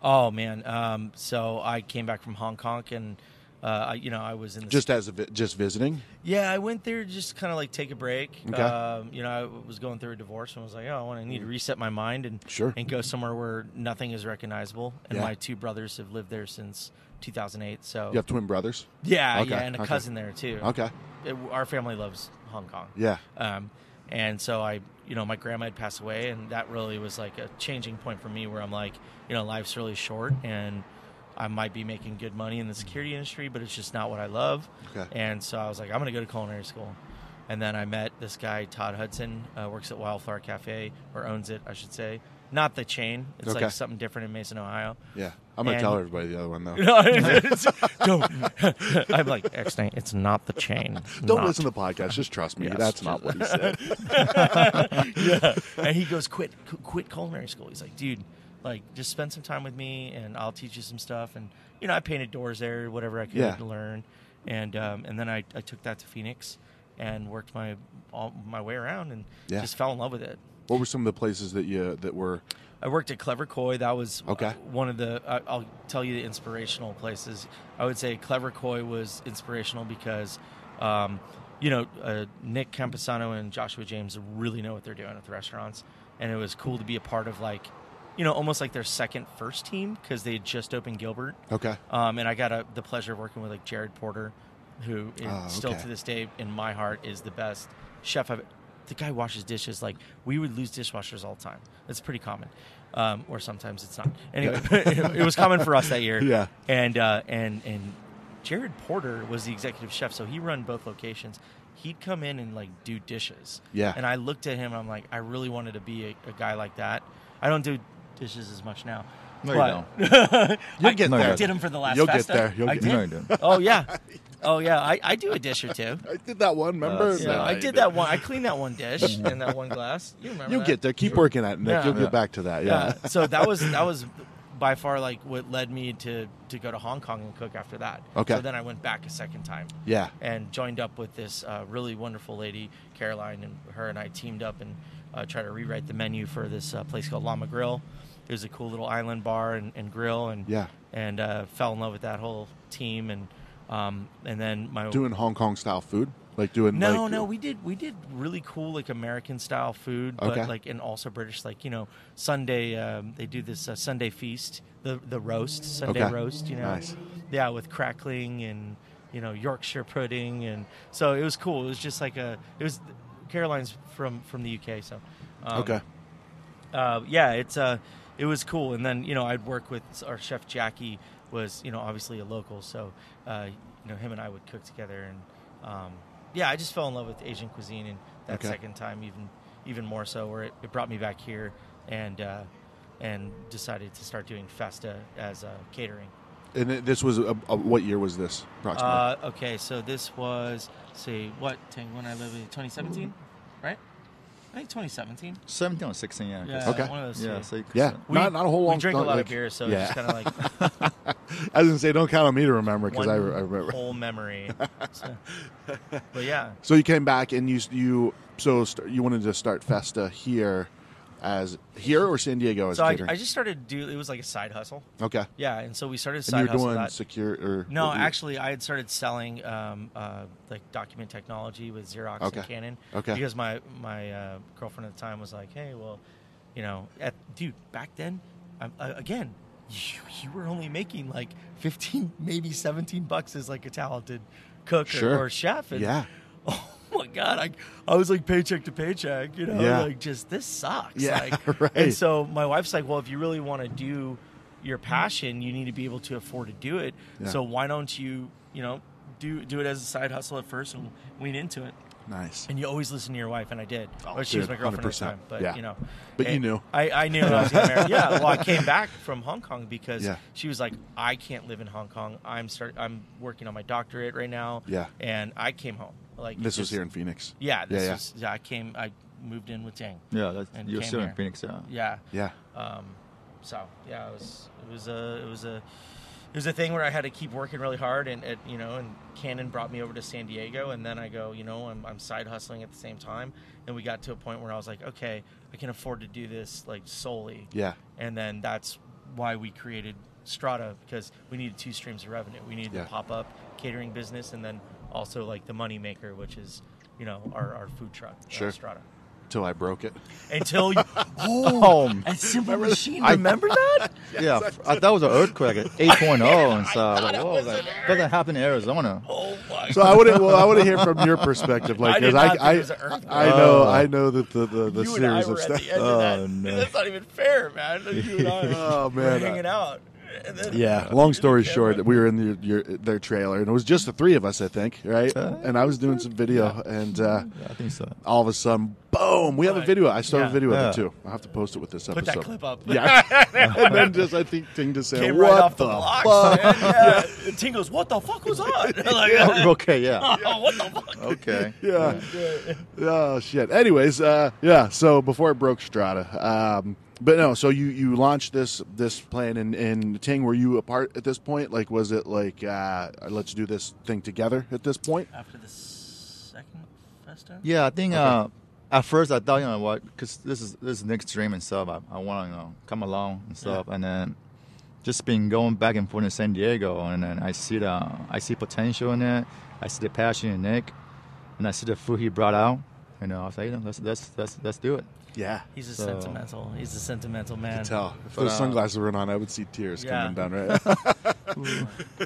[SPEAKER 2] Oh man. Um, so I came back from Hong Kong and uh, I, you know I was in the
[SPEAKER 1] Just as a, vi- just visiting.
[SPEAKER 2] yeah I went there just kind of like take a break.
[SPEAKER 1] Okay.
[SPEAKER 2] Um, you know I was going through a divorce and was like oh I want to need to reset my mind and
[SPEAKER 1] Sure.
[SPEAKER 2] and go somewhere where nothing is recognizable. And
[SPEAKER 1] Yeah.
[SPEAKER 2] my two brothers have lived there since 2008. So
[SPEAKER 1] You have twin brothers.
[SPEAKER 2] yeah
[SPEAKER 1] Okay,
[SPEAKER 2] yeah and a
[SPEAKER 1] okay.
[SPEAKER 2] cousin there too.
[SPEAKER 1] Okay.
[SPEAKER 2] It- our family loves Hong Kong.
[SPEAKER 1] Yeah.
[SPEAKER 2] Um, and so I, you know, my grandma had passed away, and that really was like a changing point for me where I'm like, you know, life's really short, and I might be making good money in the security industry, but it's just not what I love.
[SPEAKER 1] Okay.
[SPEAKER 2] And so I was like, I'm going to go to culinary school. And then I met this guy, Todd Hudson, uh, works at Wildflower Cafe, or owns it, I should say. Not the chain. It's
[SPEAKER 1] Okay.
[SPEAKER 2] like something different in Mason, Ohio.
[SPEAKER 1] Yeah. I'm going to
[SPEAKER 2] And-
[SPEAKER 1] tell everybody the other one, though.
[SPEAKER 2] (laughs) No, it's- (laughs) don't. I'm like, X it's not the chain.
[SPEAKER 1] Don't
[SPEAKER 2] Not.
[SPEAKER 1] listen to the podcast. Just trust me.
[SPEAKER 2] Yes.
[SPEAKER 1] That's not
[SPEAKER 2] (laughs)
[SPEAKER 1] what he said.
[SPEAKER 2] yeah. (laughs) And he goes, quit, qu- quit culinary school. He's like, dude, like just spend some time with me, and I'll teach you some stuff. And you know, I painted doors there, whatever I could
[SPEAKER 1] Yeah.
[SPEAKER 2] to learn. And um, and then I, I took that to Phoenix and worked my all my way around and
[SPEAKER 1] Yeah.
[SPEAKER 2] just fell in love with it.
[SPEAKER 1] What were some of the places that you that were?
[SPEAKER 2] I worked at Clever Koi. That was uh,
[SPEAKER 1] Okay.
[SPEAKER 2] one of the. I I'll tell you the inspirational places. I would say Clever Koi was inspirational because, um, you know, uh, Nick Campisano and Joshua James really know what they're doing with the restaurants, and it was cool to be a part of like, you know, almost like their second first team because they had just opened Gilbert.
[SPEAKER 1] Okay.
[SPEAKER 2] Um, and I got a, the pleasure of working with like Jared Porter, who is
[SPEAKER 1] Oh,
[SPEAKER 2] still
[SPEAKER 1] okay.
[SPEAKER 2] to this day in my heart is the best chef. I've, the guy washes dishes like we would lose dishwashers all the time. It's pretty common, um, or sometimes it's not. Anyway, (laughs) it was common for us that year.
[SPEAKER 1] Yeah.
[SPEAKER 2] And uh, and and Jared Porter was the executive chef, so he run both locations. He'd come in and like do dishes.
[SPEAKER 1] Yeah.
[SPEAKER 2] And I looked at him. and I'm like, I really wanted to be a, a guy like that. I don't do dishes as much now.
[SPEAKER 3] No, you
[SPEAKER 2] but
[SPEAKER 3] don't.
[SPEAKER 2] (laughs)
[SPEAKER 1] You'll get
[SPEAKER 3] No,
[SPEAKER 1] there.
[SPEAKER 3] you
[SPEAKER 2] I did them for the last.
[SPEAKER 1] You'll get
[SPEAKER 2] Festa.
[SPEAKER 1] there. You'll
[SPEAKER 2] I
[SPEAKER 1] get
[SPEAKER 2] did.
[SPEAKER 3] No, you don't.
[SPEAKER 2] (laughs) Oh yeah, oh yeah. I, I do a dish
[SPEAKER 1] (laughs)
[SPEAKER 2] or two.
[SPEAKER 1] I did that one. Remember?
[SPEAKER 3] that's
[SPEAKER 2] Yeah,
[SPEAKER 3] No,
[SPEAKER 2] I
[SPEAKER 3] you
[SPEAKER 2] did that one. I cleaned that
[SPEAKER 1] (laughs)
[SPEAKER 2] one dish and that one glass. You remember?
[SPEAKER 1] You
[SPEAKER 2] that.
[SPEAKER 1] get there. Keep working at it, Nick.
[SPEAKER 2] Yeah.
[SPEAKER 1] You'll
[SPEAKER 3] Yeah.
[SPEAKER 1] get back to that. Yeah.
[SPEAKER 2] Yeah. So that was
[SPEAKER 1] (laughs)
[SPEAKER 2] that was by far like what led me to to go to Hong Kong and cook after that.
[SPEAKER 1] Okay.
[SPEAKER 2] So then I went back a second time
[SPEAKER 1] Yeah.
[SPEAKER 2] and joined up with this uh, really wonderful lady, Caroline, and her and I teamed up and uh, tried to rewrite the menu for this uh, place called Llama Grill. It was a cool little island bar and, and grill, and
[SPEAKER 1] Yeah.
[SPEAKER 2] and uh, fell in love with that whole team, and um, and then my
[SPEAKER 1] Doing Hong Kong style food, like doing.
[SPEAKER 2] no,
[SPEAKER 1] like-
[SPEAKER 2] no, we did we did really cool like American style food, but
[SPEAKER 1] Okay.
[SPEAKER 2] like and also British like you know Sunday um, they do this uh, Sunday feast the the roast Sunday
[SPEAKER 1] Okay.
[SPEAKER 2] roast you know
[SPEAKER 1] Nice.
[SPEAKER 2] yeah with crackling and you know Yorkshire pudding and so it was cool it was just like a it was Caroline's from from the UK so um,
[SPEAKER 1] okay.
[SPEAKER 2] uh, yeah, it's uh, it was cool. And then you know I'd work with our chef Jackie was you know obviously a local, so uh, you know him and I would cook together. And um, yeah, I just fell in love with Asian cuisine, and that
[SPEAKER 1] Okay.
[SPEAKER 2] second time even even more so, where it, it brought me back here and uh, and decided to start doing Festa as uh, catering.
[SPEAKER 1] And it- this was a, a, what year was this? Approximately.
[SPEAKER 2] Uh, okay, so this was say what Tang when I lived in 2017, right? I think 2017.
[SPEAKER 3] 17 or 16, yeah.
[SPEAKER 2] Yeah,
[SPEAKER 1] Okay.
[SPEAKER 2] one of those
[SPEAKER 3] Yeah,
[SPEAKER 2] two.
[SPEAKER 3] so you could-
[SPEAKER 1] yeah. not not a whole
[SPEAKER 2] we
[SPEAKER 1] long.
[SPEAKER 2] drink
[SPEAKER 1] not
[SPEAKER 2] a lot
[SPEAKER 1] like-
[SPEAKER 2] of beer, so
[SPEAKER 1] yeah.
[SPEAKER 2] it's kind of like
[SPEAKER 1] (laughs) I was gonna say, don't count on me to remember because
[SPEAKER 2] one
[SPEAKER 1] I, re- I remember. (laughs)
[SPEAKER 2] whole memory. So- but yeah,
[SPEAKER 1] So you came back and you you so st- you wanted to start Festa here, as here or San Diego as
[SPEAKER 2] so I,
[SPEAKER 1] catering?
[SPEAKER 2] I just started to do. It was like a side hustle.
[SPEAKER 1] okay.
[SPEAKER 2] Yeah, and so we started a side
[SPEAKER 1] And you're
[SPEAKER 2] hustle.
[SPEAKER 1] doing
[SPEAKER 2] that-
[SPEAKER 1] secure or
[SPEAKER 2] no,
[SPEAKER 1] what you-
[SPEAKER 2] actually, I had started selling um, uh, like document technology with Xerox
[SPEAKER 1] Okay.
[SPEAKER 2] and Canon.
[SPEAKER 1] Okay.
[SPEAKER 2] Because my my uh, girlfriend at the time was like, "Hey, well, you know, at, dude, back then, um, uh, again." You, you were only making like 15 maybe 17 bucks as like a talented cook or-
[SPEAKER 1] Sure.
[SPEAKER 2] or, chef and
[SPEAKER 1] Yeah.
[SPEAKER 2] (laughs) oh my god, I I was like paycheck to paycheck, you know,
[SPEAKER 1] Yeah.
[SPEAKER 2] like just this sucks.
[SPEAKER 1] Yeah, (laughs)
[SPEAKER 2] like,
[SPEAKER 1] right.
[SPEAKER 2] And so my wife's like, well, if you really want to do your passion, you need to be able to afford to do it.
[SPEAKER 1] Yeah.
[SPEAKER 2] So why don't you, you know, do do it as a side hustle at first and lean into it.
[SPEAKER 1] nice.
[SPEAKER 2] And you always listen to your wife, and I did. Well, she was
[SPEAKER 1] Oh, dude,
[SPEAKER 2] my girlfriend at the
[SPEAKER 1] 100%,
[SPEAKER 2] time, but
[SPEAKER 1] yeah.
[SPEAKER 2] you know.
[SPEAKER 1] But you
[SPEAKER 2] And
[SPEAKER 1] knew.
[SPEAKER 2] I, I knew when I was getting married. Yeah, well, I came back from Hong Kong because
[SPEAKER 1] Yeah.
[SPEAKER 2] she was like, I can't live in Hong Kong. I'm start. I'm working on my doctorate right now.
[SPEAKER 1] Yeah.
[SPEAKER 2] and I came home. Like
[SPEAKER 1] This was
[SPEAKER 2] just-
[SPEAKER 1] here in Phoenix.
[SPEAKER 2] Yeah, this
[SPEAKER 1] yeah,
[SPEAKER 2] was. Yeah, I came. I moved in with Tang.
[SPEAKER 3] Yeah, that's,
[SPEAKER 2] And
[SPEAKER 3] you're
[SPEAKER 2] came
[SPEAKER 3] still in
[SPEAKER 2] here.
[SPEAKER 3] Phoenix, yeah.
[SPEAKER 2] Yeah.
[SPEAKER 1] yeah.
[SPEAKER 2] Um, so yeah, it was it was a it was a it was a thing where I had to keep working really hard, and it, you know, and Canon brought me over to San Diego, and then I go, you know, I'm, I'm side hustling at the same time, and we got to a point where I was like, okay, I can afford to do this like solely,
[SPEAKER 1] Yeah.
[SPEAKER 2] and then that's why we created Strata because we needed two streams of revenue. We needed
[SPEAKER 1] Yeah.
[SPEAKER 2] the pop up catering business, and then also like the money maker, which is you know our, our food truck, uh,
[SPEAKER 1] Sure.
[SPEAKER 2] Strata.
[SPEAKER 1] Till I broke it.
[SPEAKER 2] Until you, (laughs)
[SPEAKER 3] Oh,
[SPEAKER 2] a simple machine,
[SPEAKER 3] I-
[SPEAKER 2] remember that?
[SPEAKER 3] (laughs) yeah. I thought it was an earthquake,
[SPEAKER 2] (laughs)
[SPEAKER 3] at 8.0, and so I was like, whoa, that doesn't happen
[SPEAKER 2] (laughs)
[SPEAKER 3] in Arizona.
[SPEAKER 2] Oh my!
[SPEAKER 1] So I would well, I want to hear from your perspective, like
[SPEAKER 2] I
[SPEAKER 1] 'cause
[SPEAKER 2] did not
[SPEAKER 1] I,
[SPEAKER 2] think it was an earthquake.
[SPEAKER 1] I, I know
[SPEAKER 3] Oh.
[SPEAKER 1] I know that the the, the
[SPEAKER 2] you and I
[SPEAKER 1] series
[SPEAKER 2] were
[SPEAKER 1] of
[SPEAKER 2] at
[SPEAKER 1] stuff. Uh,
[SPEAKER 2] the end
[SPEAKER 3] Oh,
[SPEAKER 2] of that.
[SPEAKER 1] (laughs)
[SPEAKER 3] no.
[SPEAKER 2] That's not even fair, man. Like, you and I
[SPEAKER 1] Oh,
[SPEAKER 2] were
[SPEAKER 1] man.
[SPEAKER 2] hanging out. And then-
[SPEAKER 1] Yeah.
[SPEAKER 2] (laughs)
[SPEAKER 1] Long story short, we were in the, your, their trailer, and it was just the three of us, I think, right? And I was doing some video, and uh,
[SPEAKER 3] Yeah, I think so. (laughs)
[SPEAKER 1] all of a sudden, boom! We have a
[SPEAKER 2] Right.
[SPEAKER 1] video. I saw
[SPEAKER 2] Yeah.
[SPEAKER 1] a video of it
[SPEAKER 3] Yeah.
[SPEAKER 1] too. I'll have to post it with this
[SPEAKER 2] Put
[SPEAKER 1] episode.
[SPEAKER 2] that clip up.
[SPEAKER 1] Yeah. (laughs) and
[SPEAKER 2] (laughs)
[SPEAKER 1] then just I think Ting just said,
[SPEAKER 2] Came
[SPEAKER 1] "What
[SPEAKER 2] right off the,
[SPEAKER 1] the,
[SPEAKER 2] blocks.
[SPEAKER 1] fuck?"
[SPEAKER 2] man.
[SPEAKER 1] (laughs)
[SPEAKER 2] Yeah. And Ting goes, "What the fuck was that?" (laughs) like, (laughs)
[SPEAKER 3] okay, yeah.
[SPEAKER 2] oh, what the fuck?
[SPEAKER 3] Okay.
[SPEAKER 1] Yeah. (laughs) Oh shit. Anyways, uh, yeah. So before it broke Strata, um, but no. So you you launched this this plan and and Ting, were you apart at this point? Like, was it like uh, let's do this thing together at this point?
[SPEAKER 2] After the second festo.
[SPEAKER 3] Yeah, I think uh, at first I thought, you know what, because this is this is Nick's dream and stuff. I, I want to you know, come along and stuff, and then just been going back and forth in San Diego, and then I see the I see potential in it. I see the passion in Nick, and I see the food he brought out. You know, I was like, you know, let's let's let's let's do it.
[SPEAKER 1] Yeah.
[SPEAKER 2] He's a
[SPEAKER 3] So-
[SPEAKER 2] sentimental. He's a sentimental man.
[SPEAKER 1] Tell if
[SPEAKER 3] But,
[SPEAKER 1] those
[SPEAKER 3] uh,
[SPEAKER 1] sunglasses were on, I would see tears
[SPEAKER 2] Yeah.
[SPEAKER 1] coming down. Right.
[SPEAKER 2] (laughs)
[SPEAKER 1] (laughs)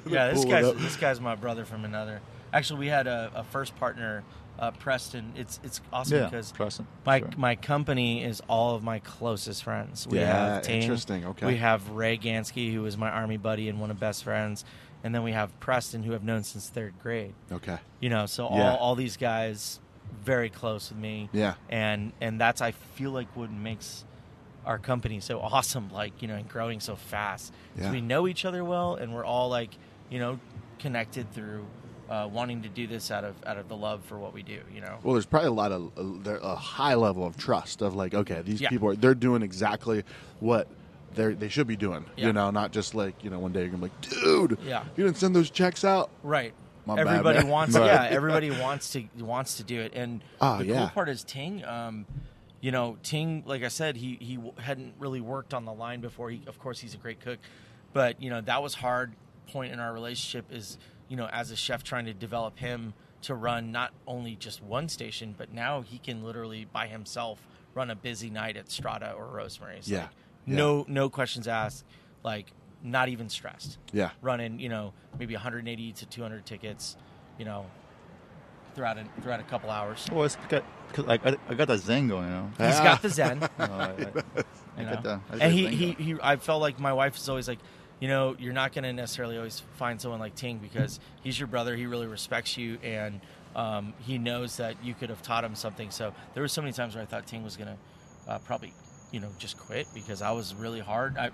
[SPEAKER 2] Yeah, this
[SPEAKER 1] Pull it
[SPEAKER 2] guy's
[SPEAKER 1] up.
[SPEAKER 2] this guy's my brother from another. Actually, we had a, a first partner, uh, Preston. It's it's awesome
[SPEAKER 3] Yeah,
[SPEAKER 2] because
[SPEAKER 3] Preston,
[SPEAKER 2] my
[SPEAKER 3] sure.
[SPEAKER 2] my company is all of my closest friends. We
[SPEAKER 1] Yeah,
[SPEAKER 2] have Ting,
[SPEAKER 1] interesting, okay.
[SPEAKER 2] We have Ray Gansky, who is my army buddy and one of best friends, and then we have Preston, who I've known since third grade.
[SPEAKER 1] okay.
[SPEAKER 2] You know, so
[SPEAKER 1] Yeah.
[SPEAKER 2] all all these guys very close with me.
[SPEAKER 1] Yeah.
[SPEAKER 2] and and that's I feel like what makes our company so awesome, like you know, and growing so fast. 'Cause
[SPEAKER 1] Yeah.
[SPEAKER 2] We know each other well, and we're all like you know connected through uh, wanting to do this out of out of the love for what we do. You know,
[SPEAKER 1] Well, there's probably a lot of uh, there- a high level of trust of like, okay, these
[SPEAKER 2] Yeah.
[SPEAKER 1] people are they're doing exactly what they are they should be doing.
[SPEAKER 2] Yeah.
[SPEAKER 1] You know, not just like you know one day you're gonna be like, dude,
[SPEAKER 2] Yeah.
[SPEAKER 1] you didn't send those checks out.
[SPEAKER 2] right?
[SPEAKER 1] My bad,
[SPEAKER 2] everybody
[SPEAKER 1] man. (laughs)
[SPEAKER 2] wants,
[SPEAKER 1] Right.
[SPEAKER 2] yeah, everybody wants to wants to do it, and
[SPEAKER 1] Ah,
[SPEAKER 2] the
[SPEAKER 1] yeah.
[SPEAKER 2] cool part is Ting. Um, you know, Ting, like I said, he he w- hadn't really worked on the line before. He, of course, he's a great cook, but you know that was hard point in our relationship. Is you know as a chef trying to develop him to run not only just one station, but now he can literally by himself run a busy night at Strata or Rosemary's.
[SPEAKER 1] Yeah.
[SPEAKER 2] Like,
[SPEAKER 1] Yeah.
[SPEAKER 2] no no questions asked, like not even stressed
[SPEAKER 1] Yeah.
[SPEAKER 2] running, you know, maybe 180 to 200 tickets, you know, throughout a, throughout a couple hours.
[SPEAKER 3] Well, it's got, cause like I, I got that zen going, you know. Uh,
[SPEAKER 2] He's
[SPEAKER 1] Ah.
[SPEAKER 2] got the zen,
[SPEAKER 3] You know, I- I- I
[SPEAKER 2] you know?
[SPEAKER 3] got the- I got
[SPEAKER 2] and
[SPEAKER 3] the
[SPEAKER 2] he,
[SPEAKER 3] zen
[SPEAKER 2] he
[SPEAKER 3] going.
[SPEAKER 2] he I felt like my wife is always like, you know, you're not going to necessarily always find someone like Ting because he's your brother. He really respects you, and um, he knows that you could have taught him something. So there were so many times where I thought Ting was going to uh, probably, you know, just quit because I was really hard. I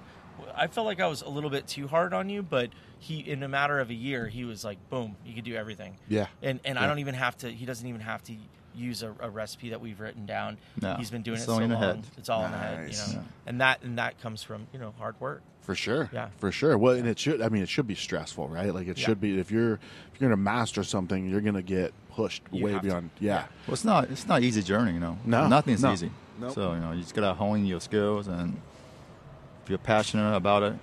[SPEAKER 2] I felt like I was a little bit too hard on you, but he, in a matter of a year, he was like, boom, you could do everything.
[SPEAKER 1] Yeah.
[SPEAKER 2] and and I
[SPEAKER 1] Yeah.
[SPEAKER 2] don't even have to. He doesn't even have to use a, a recipe that we've written down.
[SPEAKER 3] No,
[SPEAKER 2] he's been doing
[SPEAKER 3] it's
[SPEAKER 2] it so
[SPEAKER 3] all
[SPEAKER 2] long.
[SPEAKER 3] in the head.
[SPEAKER 2] It's all in the head, you
[SPEAKER 1] Nice.
[SPEAKER 2] know.
[SPEAKER 3] Yeah.
[SPEAKER 2] And that and that comes from you know hard work.
[SPEAKER 1] For sure.
[SPEAKER 2] Yeah.
[SPEAKER 1] For sure. Well, and it should. I mean, it should be stressful, right? Like it
[SPEAKER 2] Yeah.
[SPEAKER 1] should be. If you're if you're gonna master something, you're gonna get pushed
[SPEAKER 2] You
[SPEAKER 1] way
[SPEAKER 2] have to.
[SPEAKER 1] beyond. Yeah.
[SPEAKER 3] Well, it's not it's not easy journey, you know.
[SPEAKER 1] No,
[SPEAKER 3] nothing's
[SPEAKER 1] no,
[SPEAKER 3] easy.
[SPEAKER 1] no.
[SPEAKER 3] So you know, you just gotta hone your skills, and if you're passionate about it,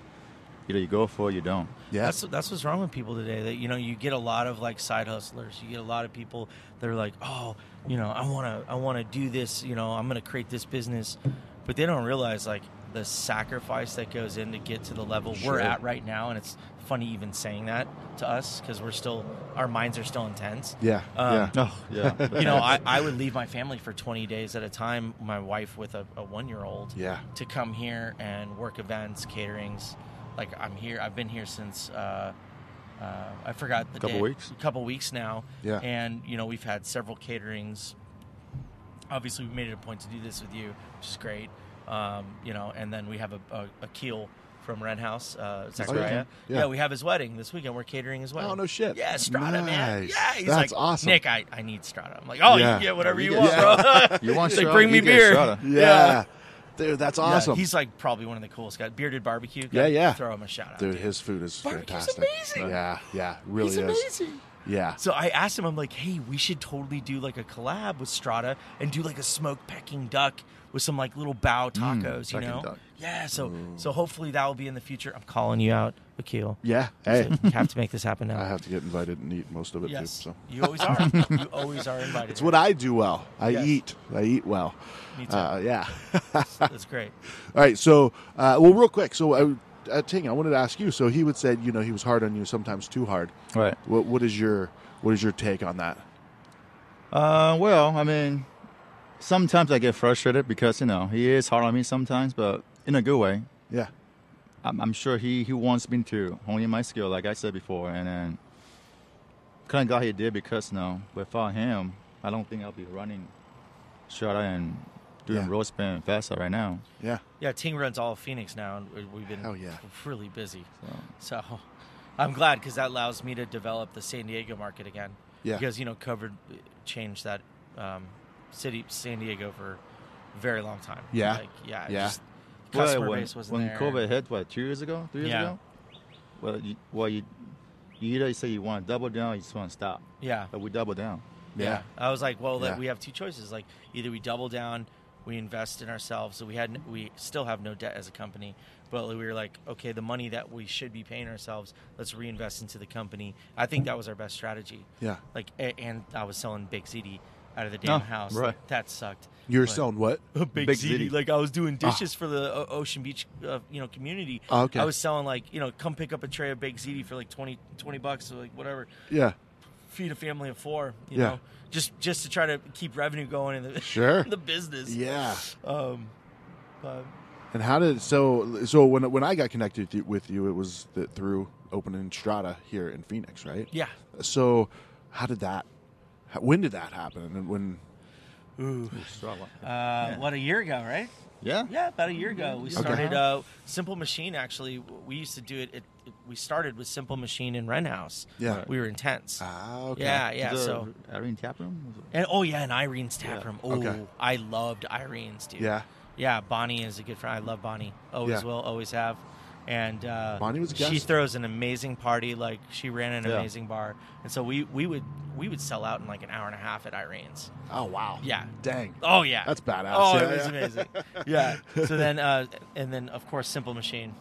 [SPEAKER 3] either you go for it, or you don't.
[SPEAKER 1] Yeah.
[SPEAKER 2] That's that's what's wrong with people today. That you know you get a lot of like side hustlers. You get a lot of people that are like, oh, you know, I want to I want to do this. You know, I'm going to create this business, but they don't realize like the sacrifice that goes in to get to the level
[SPEAKER 1] Sure.
[SPEAKER 2] we're at right now. And it's funny even saying that to us because we're still our minds are still intense.
[SPEAKER 1] yeah.
[SPEAKER 2] Um,
[SPEAKER 1] yeah.
[SPEAKER 3] Oh,
[SPEAKER 2] (laughs)
[SPEAKER 3] yeah.
[SPEAKER 2] you know, I, I would leave my family for 20 days at a time, my wife with a, a one year old,
[SPEAKER 1] Yeah.
[SPEAKER 2] to come here and work events, caterings. Like, I'm here, I've been here since, uh, uh, I forgot the
[SPEAKER 3] Couple
[SPEAKER 2] day.
[SPEAKER 3] weeks?
[SPEAKER 2] A couple weeks now.
[SPEAKER 1] Yeah.
[SPEAKER 2] And, you know, we've had several caterings. Obviously, we made it a point to do this with you, which is great. Um, you know, and then we have a, a, a keel from Ren House, uh, Zachariah.
[SPEAKER 1] Oh, Yeah.
[SPEAKER 2] yeah. we have his wedding this weekend. We're catering his wedding.
[SPEAKER 1] Oh, no shit.
[SPEAKER 2] Yeah, Strata, man.
[SPEAKER 1] Nice.
[SPEAKER 2] Yeah, he's
[SPEAKER 1] That's
[SPEAKER 2] like,
[SPEAKER 1] awesome.
[SPEAKER 2] Nick, I, I need Strata. I'm like,
[SPEAKER 1] Yeah.
[SPEAKER 2] oh, you can get whatever
[SPEAKER 3] You
[SPEAKER 2] you,
[SPEAKER 3] get
[SPEAKER 2] want, (laughs) bro.
[SPEAKER 3] you want
[SPEAKER 2] He's like,
[SPEAKER 3] Strata,
[SPEAKER 2] bring me
[SPEAKER 3] you get
[SPEAKER 2] beer.
[SPEAKER 3] Strata.
[SPEAKER 1] (laughs) yeah. Dude, that's
[SPEAKER 2] Yeah,
[SPEAKER 1] awesome.
[SPEAKER 2] he's like probably one of the coolest guys. Bearded barbecue. Guy.
[SPEAKER 1] Yeah, yeah.
[SPEAKER 2] Throw him a shout out.
[SPEAKER 1] Dude, his food is
[SPEAKER 2] Barbecue's
[SPEAKER 1] fantastic.
[SPEAKER 2] amazing.
[SPEAKER 1] Yeah. Yeah. Really
[SPEAKER 2] he's
[SPEAKER 1] is.
[SPEAKER 2] amazing.
[SPEAKER 1] Yeah.
[SPEAKER 2] So I asked him, I'm like, hey, we should totally do like a collab with Strata and do like a smoked Peking duck with some like little bao
[SPEAKER 1] Hmm,
[SPEAKER 2] tacos, you
[SPEAKER 3] Peking
[SPEAKER 2] know?
[SPEAKER 3] duck.
[SPEAKER 2] Yeah. So so hopefully that will be in the future. I'm calling you out, Akil.
[SPEAKER 1] Yeah. Hey.
[SPEAKER 2] You have to make this happen
[SPEAKER 1] (laughs)
[SPEAKER 2] now.
[SPEAKER 1] I have to get invited and eat most of it
[SPEAKER 2] yes.
[SPEAKER 1] too. So
[SPEAKER 2] You always are.
[SPEAKER 1] (laughs)
[SPEAKER 2] you always are invited.
[SPEAKER 1] it's what I do well. I
[SPEAKER 2] Yes.
[SPEAKER 1] eat. I eat well.
[SPEAKER 2] Me too.
[SPEAKER 1] Uh, yeah. (laughs)
[SPEAKER 2] That's great.
[SPEAKER 1] All right. So, uh, well, real quick. So, I, uh, Ting, I wanted to ask you. So he would said, you know, he was hard on you, sometimes too hard.
[SPEAKER 3] right.
[SPEAKER 1] What What is your What is your take on that?
[SPEAKER 3] Uh, well, I mean, sometimes I get frustrated because you know he is hard on me sometimes, but in a good way.
[SPEAKER 1] Yeah.
[SPEAKER 3] I'm, I'm sure he, he wants me to hone in my skill, like I said before, and then kind of glad he did because now without him, I don't think I'll be running shorter and doing
[SPEAKER 1] Yeah.
[SPEAKER 3] road spin faster right now.
[SPEAKER 1] Yeah.
[SPEAKER 2] Yeah, Ting runs all of Phoenix now, and we- we've been
[SPEAKER 1] Hell yeah.
[SPEAKER 2] really busy.
[SPEAKER 3] So.
[SPEAKER 2] So I'm glad because that allows me to develop the San Diego market again.
[SPEAKER 1] Yeah.
[SPEAKER 2] Because, you know, covered changed that um, city, San Diego, for a very long time.
[SPEAKER 1] Yeah.
[SPEAKER 2] Like, yeah. it
[SPEAKER 1] Yeah.
[SPEAKER 2] Just,
[SPEAKER 3] Well,
[SPEAKER 2] customer
[SPEAKER 3] when,
[SPEAKER 2] base wasn't
[SPEAKER 3] when
[SPEAKER 2] there.
[SPEAKER 3] COVID hit, what two years ago, three years
[SPEAKER 2] Yeah.
[SPEAKER 3] ago? Well, you, well, you, you either say you want to double down, or you just want to stop.
[SPEAKER 2] Yeah.
[SPEAKER 3] But we double down.
[SPEAKER 1] Yeah.
[SPEAKER 2] I was like, well,
[SPEAKER 1] Yeah.
[SPEAKER 2] that we have two choices. Like, either we double down, we invest in ourselves. So we had, we still have no debt as a company, but we were like, okay, the money that we should be paying ourselves, let's reinvest into the company. I think that was our best strategy.
[SPEAKER 1] Yeah.
[SPEAKER 2] Like, a- and I was selling Big City out of the damn
[SPEAKER 3] Oh,
[SPEAKER 2] house.
[SPEAKER 3] right.
[SPEAKER 2] Like, that sucked.
[SPEAKER 1] You were
[SPEAKER 2] But-
[SPEAKER 1] selling what?
[SPEAKER 2] Big,
[SPEAKER 3] Big
[SPEAKER 2] City.
[SPEAKER 3] City.
[SPEAKER 2] Like I was doing dishes for the o- Ocean Beach, uh, you know, community.
[SPEAKER 1] Oh, okay.
[SPEAKER 2] I was selling like you know, come pick up a tray of Big Ziti for like 20, 20 bucks or like whatever.
[SPEAKER 1] Yeah.
[SPEAKER 2] Feed a family of four. You
[SPEAKER 1] Yeah.
[SPEAKER 2] know, just just to try to keep revenue going (laughs) in the
[SPEAKER 1] Sure.
[SPEAKER 2] the business.
[SPEAKER 1] Yeah.
[SPEAKER 2] Um, but
[SPEAKER 1] And how did so so when when I got connected with you, with you it was th through opening Strata here in Phoenix, right?
[SPEAKER 2] yeah.
[SPEAKER 1] So how did that? How, when did that happen? And when?
[SPEAKER 2] Ooh.
[SPEAKER 3] Strava.
[SPEAKER 2] Uh, What a year ago, right?
[SPEAKER 3] yeah.
[SPEAKER 2] Yeah, about a year ago. We
[SPEAKER 3] Okay.
[SPEAKER 2] started uh, Simple Machine. Actually, we used to do it. It, it. We started with Simple Machine in Renhouse.
[SPEAKER 1] Yeah.
[SPEAKER 2] we were intense.
[SPEAKER 1] Ah, okay.
[SPEAKER 2] Yeah, yeah.
[SPEAKER 3] The
[SPEAKER 2] so
[SPEAKER 3] Irene Tap Room.
[SPEAKER 2] And oh yeah, and Irene's tap
[SPEAKER 3] Yeah.
[SPEAKER 2] room. Oh,
[SPEAKER 1] Okay.
[SPEAKER 2] I loved Irene's dude.
[SPEAKER 1] Yeah.
[SPEAKER 2] yeah. Bonnie is a good friend. I love Bonnie. Always
[SPEAKER 1] Yeah.
[SPEAKER 2] will. Always have. And uh,
[SPEAKER 1] Bonnie was a
[SPEAKER 2] she
[SPEAKER 1] guest.
[SPEAKER 2] throws an amazing party. Like she ran an
[SPEAKER 3] Yeah.
[SPEAKER 2] amazing bar, and so we we would we would sell out in like an hour and a half at Irene's.
[SPEAKER 1] Oh wow.
[SPEAKER 2] Yeah.
[SPEAKER 1] Dang.
[SPEAKER 2] Oh yeah,
[SPEAKER 1] That's badass.
[SPEAKER 2] Oh,
[SPEAKER 1] Yeah,
[SPEAKER 2] it was
[SPEAKER 1] yeah. (laughs)
[SPEAKER 2] amazing. yeah. So then, uh, and then of course, Simple Machine.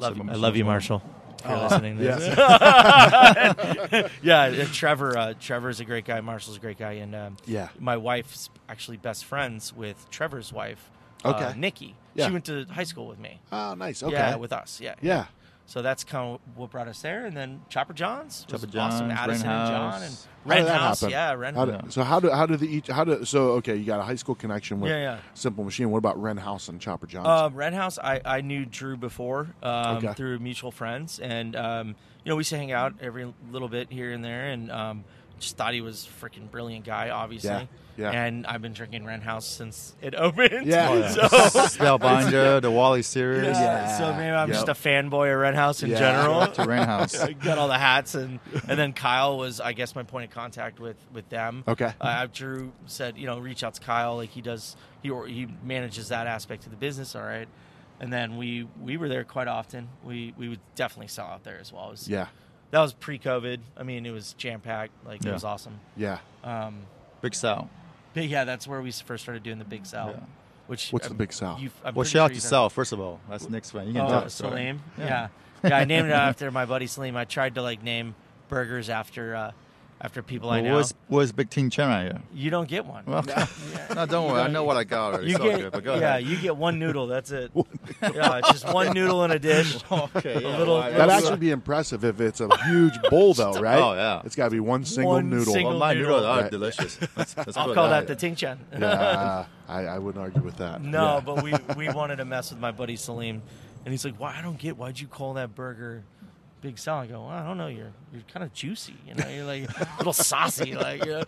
[SPEAKER 2] Love
[SPEAKER 3] Simple
[SPEAKER 2] you. I
[SPEAKER 3] Machine
[SPEAKER 2] love
[SPEAKER 3] as
[SPEAKER 2] you,
[SPEAKER 3] well.
[SPEAKER 2] Marshall. If you're
[SPEAKER 1] Oh,
[SPEAKER 2] listening to
[SPEAKER 1] yeah.
[SPEAKER 2] this. (laughs) yeah, uh, Trevor. Uh, Trevor's a great guy. Marshall's a great guy, and um,
[SPEAKER 1] Yeah.
[SPEAKER 2] my wife's actually best friends with Trevor's wife, uh,
[SPEAKER 1] Okay.
[SPEAKER 2] Nikki.
[SPEAKER 1] Yeah.
[SPEAKER 2] She went to high school with me.
[SPEAKER 1] Oh, nice. Okay.
[SPEAKER 2] Yeah, with us. Yeah.
[SPEAKER 1] yeah.
[SPEAKER 2] So that's kind of what brought us there, and then Chopper Johns. was
[SPEAKER 3] Chopper
[SPEAKER 2] awesome.
[SPEAKER 3] John's,
[SPEAKER 2] Addison and John and
[SPEAKER 3] Renhouse.
[SPEAKER 1] How did that
[SPEAKER 2] Renhouse.
[SPEAKER 1] happen?
[SPEAKER 2] Yeah, Renhouse.
[SPEAKER 1] How did, so how do how do the each how do so okay you got a high school connection with
[SPEAKER 2] Yeah, yeah.
[SPEAKER 1] Simple Machine. What about Ren House and Chopper Johnson?
[SPEAKER 2] Um, Red House, I, I knew Drew before um,
[SPEAKER 1] Okay.
[SPEAKER 2] through mutual friends, and um, you know we used to hang out every little bit here and there, and um, just thought he was a freaking brilliant guy, obviously.
[SPEAKER 1] Yeah, yeah.
[SPEAKER 2] And I've been drinking Red House since it (laughs) opened.
[SPEAKER 1] Yeah. Oh, yeah.
[SPEAKER 2] (laughs) So, (laughs)
[SPEAKER 3] Spellbinder, the Wally series.
[SPEAKER 2] yeah,
[SPEAKER 1] Yeah.
[SPEAKER 2] so maybe I'm
[SPEAKER 1] Yep.
[SPEAKER 2] just a fanboy of Red House in
[SPEAKER 1] Yeah.
[SPEAKER 2] general.
[SPEAKER 3] To
[SPEAKER 2] (laughs)
[SPEAKER 3] Rain House.
[SPEAKER 2] I got all the hats, and and then Kyle was, I guess, my point of contact with with them.
[SPEAKER 1] Okay.
[SPEAKER 2] Uh, Drew said, you know, reach out to Kyle, like he does, he or he manages that aspect of the business, all right. And then we we were there quite often. We we would definitely sell out there as well. It was,
[SPEAKER 1] yeah.
[SPEAKER 2] That was pre-COVID. I mean, it was jam packed. Like it
[SPEAKER 3] Yeah.
[SPEAKER 2] was awesome.
[SPEAKER 1] Yeah.
[SPEAKER 2] Um,
[SPEAKER 3] Big Sal.
[SPEAKER 2] but yeah, that's where we first started doing the big sell.
[SPEAKER 3] Yeah.
[SPEAKER 2] Which
[SPEAKER 1] What's
[SPEAKER 2] um,
[SPEAKER 1] the Big Sell?
[SPEAKER 2] you've- I'm
[SPEAKER 3] Well,
[SPEAKER 2] pretty
[SPEAKER 3] shout out
[SPEAKER 2] sure
[SPEAKER 3] to
[SPEAKER 2] you've-
[SPEAKER 3] Sal, first of all. That's the next one. You can tell
[SPEAKER 2] Oh,
[SPEAKER 3] the story.
[SPEAKER 2] Salim. Yeah. yeah, I
[SPEAKER 3] (laughs)
[SPEAKER 2] named it after my buddy Salim. I tried to like name burgers after uh, after people I
[SPEAKER 3] Well,
[SPEAKER 2] know.
[SPEAKER 3] where's, where's Big Team Chen right here?
[SPEAKER 2] You don't get one.
[SPEAKER 3] Well, (laughs) no, don't worry. I know what I got already.
[SPEAKER 2] you
[SPEAKER 3] It's all
[SPEAKER 2] get
[SPEAKER 3] good, but go
[SPEAKER 2] yeah,
[SPEAKER 3] ahead.
[SPEAKER 2] you get one noodle. That's
[SPEAKER 3] (laughs)
[SPEAKER 2] it. yeah, it's just one noodle in a dish.
[SPEAKER 3] Okay, yeah,
[SPEAKER 2] a little.
[SPEAKER 3] why-
[SPEAKER 1] That'd
[SPEAKER 2] little-
[SPEAKER 1] actually be impressive if it's a huge bowl,
[SPEAKER 2] (laughs)
[SPEAKER 1] though, right?
[SPEAKER 3] Oh, yeah.
[SPEAKER 1] It's got to be one single
[SPEAKER 2] One
[SPEAKER 1] noodle.
[SPEAKER 2] single-
[SPEAKER 3] Well, Oh, my
[SPEAKER 2] noodle.
[SPEAKER 3] noodles are
[SPEAKER 1] Right.
[SPEAKER 2] (laughs)
[SPEAKER 3] delicious. Let's, let's
[SPEAKER 2] I'll
[SPEAKER 3] put
[SPEAKER 2] call
[SPEAKER 3] it
[SPEAKER 2] that
[SPEAKER 3] out
[SPEAKER 2] the Ting Chan.
[SPEAKER 1] (laughs) yeah, I, I wouldn't argue with that.
[SPEAKER 2] (laughs) no,
[SPEAKER 1] Yeah.
[SPEAKER 2] but we we wanted to mess with my buddy Salim, and he's like, "Why I don't get why'd you call that burger?" Big Sal, I go. Well, I don't know. You're you're kind of juicy, you know. You're like a little saucy, (laughs) like you know.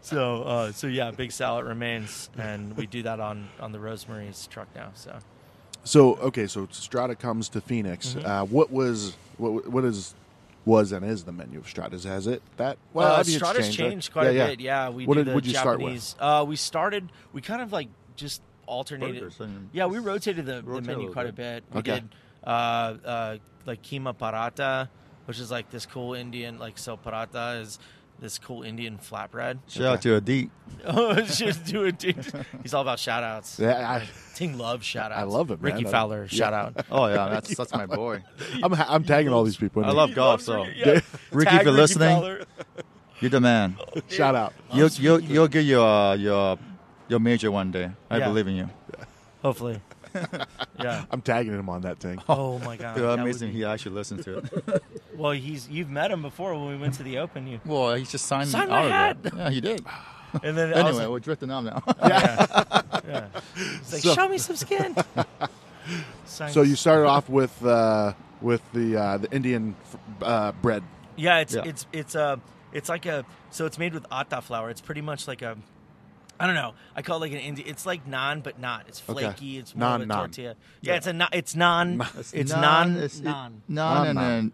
[SPEAKER 2] So uh, so yeah, Big Sal it remains, and we do that on on the Rosemary's truck now. So
[SPEAKER 1] So okay, so Strata comes to Phoenix.
[SPEAKER 2] Mm-hmm.
[SPEAKER 1] Uh, what was what what is was and is the menu of Strata's? Has it that?
[SPEAKER 2] uh,
[SPEAKER 1] I mean, it's
[SPEAKER 2] Strata's
[SPEAKER 1] right?
[SPEAKER 2] changed, quite a bit. Yeah, we
[SPEAKER 1] What
[SPEAKER 2] do
[SPEAKER 1] did-
[SPEAKER 2] the
[SPEAKER 1] what'd you start with?
[SPEAKER 2] Japanese. Uh, we started. We kind of like just alternated.
[SPEAKER 3] Burgers and-
[SPEAKER 2] yeah, we rotated the, the
[SPEAKER 3] Rotate a
[SPEAKER 2] menu
[SPEAKER 3] little
[SPEAKER 2] quite a bit.
[SPEAKER 3] bit.
[SPEAKER 2] We
[SPEAKER 1] Okay.
[SPEAKER 2] did uh, uh, like kima parata, which is like this cool Indian like so parata is this cool Indian flatbread. (laughs)
[SPEAKER 3] Shout out to Adit.
[SPEAKER 2] oh, it's just do it. dude. He's all about shout outs.
[SPEAKER 1] Yeah, I,
[SPEAKER 2] Ting loves shout outs.
[SPEAKER 1] I love it, man.
[SPEAKER 2] Ricky
[SPEAKER 1] I-
[SPEAKER 2] Fowler,
[SPEAKER 1] yeah.
[SPEAKER 2] shout out.
[SPEAKER 3] Oh, yeah, (laughs) that's, that's my boy.
[SPEAKER 1] I'm ha- I'm tagging all these
[SPEAKER 2] (laughs)
[SPEAKER 1] people. In
[SPEAKER 3] I
[SPEAKER 1] here.
[SPEAKER 3] love golf, so
[SPEAKER 1] (laughs)
[SPEAKER 2] Yeah.
[SPEAKER 3] Ricky,
[SPEAKER 2] Tag
[SPEAKER 3] if you're listening,
[SPEAKER 2] Fowler.
[SPEAKER 3] you're
[SPEAKER 2] (laughs)
[SPEAKER 3] the man.
[SPEAKER 1] Shout out.
[SPEAKER 3] You'll, you'll, you'll get your, uh, your, your major one day. I
[SPEAKER 2] Yeah.
[SPEAKER 3] believe in you.
[SPEAKER 1] (laughs)
[SPEAKER 2] Hopefully. Yeah.
[SPEAKER 1] I'm tagging him on that thing.
[SPEAKER 2] Oh my God.
[SPEAKER 3] Dude,
[SPEAKER 2] that would
[SPEAKER 3] amazing.
[SPEAKER 2] be-
[SPEAKER 3] He actually listened
[SPEAKER 2] (laughs)
[SPEAKER 3] to it.
[SPEAKER 2] Well, he's you've met him before when we went to the Open. You
[SPEAKER 3] Well, he just signed
[SPEAKER 2] Sign
[SPEAKER 3] out
[SPEAKER 2] my
[SPEAKER 3] of
[SPEAKER 2] hat.
[SPEAKER 3] it. Yeah, he did.
[SPEAKER 2] and then I was
[SPEAKER 3] Anyway, (laughs)
[SPEAKER 2] like,
[SPEAKER 3] we're drifting off now.
[SPEAKER 2] yeah, yeah. He's like,
[SPEAKER 1] So-
[SPEAKER 2] show me some skin. (laughs) Thanks.
[SPEAKER 1] So you started off with uh, with the uh, the Indian uh, bread.
[SPEAKER 2] Yeah, it's
[SPEAKER 3] Yeah.
[SPEAKER 2] it's it's uh, it's like a so it's made with atta flour. It's pretty much like a I don't know. I call it like an Indian. It's like naan, but not. It's
[SPEAKER 1] Okay.
[SPEAKER 2] flaky. It's more
[SPEAKER 1] Naan,
[SPEAKER 2] of a
[SPEAKER 1] naan.
[SPEAKER 2] tortilla. Yeah, it's a na- it's naan. It's,
[SPEAKER 3] non,
[SPEAKER 2] naan.
[SPEAKER 3] (laughs) it's
[SPEAKER 2] naan.
[SPEAKER 3] non, and
[SPEAKER 1] Naan.
[SPEAKER 3] then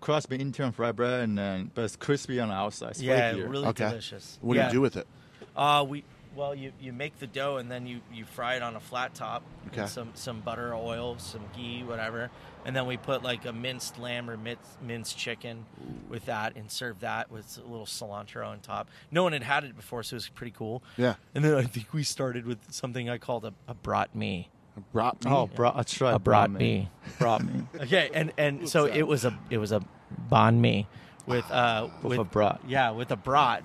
[SPEAKER 3] crust between Indian fried bread, and then but it's crispy on the outside. It's
[SPEAKER 2] yeah,
[SPEAKER 3] flakier.
[SPEAKER 2] really
[SPEAKER 1] Okay.
[SPEAKER 2] delicious.
[SPEAKER 1] What
[SPEAKER 2] yeah.
[SPEAKER 1] do you do with it?
[SPEAKER 2] Uh, we well, you, you make the dough and then you, you fry it on a flat top. with
[SPEAKER 1] Okay.
[SPEAKER 2] Some some butter, oil, some ghee, whatever, and then we put like a minced lamb or minced, minced chicken with that and serve that with a little cilantro on top. No one had had it before, so it was pretty cool.
[SPEAKER 1] Yeah.
[SPEAKER 2] And then I think we started with something I called a, a brat me.
[SPEAKER 1] Brat meat.
[SPEAKER 3] Oh, bro, I tried.
[SPEAKER 2] A brat
[SPEAKER 3] me.
[SPEAKER 2] me.
[SPEAKER 3] Brought (laughs) me.
[SPEAKER 2] Okay, and and so it was a it was a banh mi with uh
[SPEAKER 3] With
[SPEAKER 2] with
[SPEAKER 3] a brat.
[SPEAKER 2] Yeah, with a brat.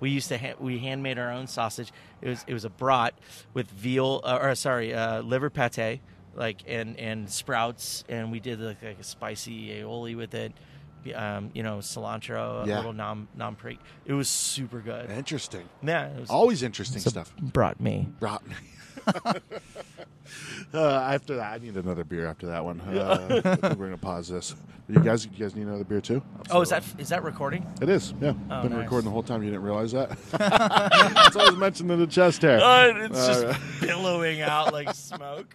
[SPEAKER 2] We used to ha- we handmade our own sausage. It was it was a brat with veal uh, or sorry uh, liver pate like and and sprouts and we did like, like a spicy aioli with it. Um, you know, cilantro,
[SPEAKER 1] Yeah.
[SPEAKER 2] a little nom nom pre. It was super good.
[SPEAKER 1] Interesting.
[SPEAKER 2] Yeah, it was
[SPEAKER 1] Always interesting
[SPEAKER 2] it's a
[SPEAKER 1] stuff.
[SPEAKER 2] Brat me.
[SPEAKER 1] Brat meat. (laughs) uh, after that, I need another beer. After that one, uh, I think we're gonna pause this. You guys, you guys need another beer too.
[SPEAKER 2] Oh, is that is that recording?
[SPEAKER 1] It is. Yeah,
[SPEAKER 2] Oh,
[SPEAKER 1] been
[SPEAKER 2] nice.
[SPEAKER 1] recording the whole time. You didn't realize
[SPEAKER 2] (laughs)
[SPEAKER 1] that. That's always mentioned in the chest hair.
[SPEAKER 2] Uh, (laughs) it's
[SPEAKER 1] All
[SPEAKER 2] just
[SPEAKER 1] right.
[SPEAKER 2] billowing out like smoke.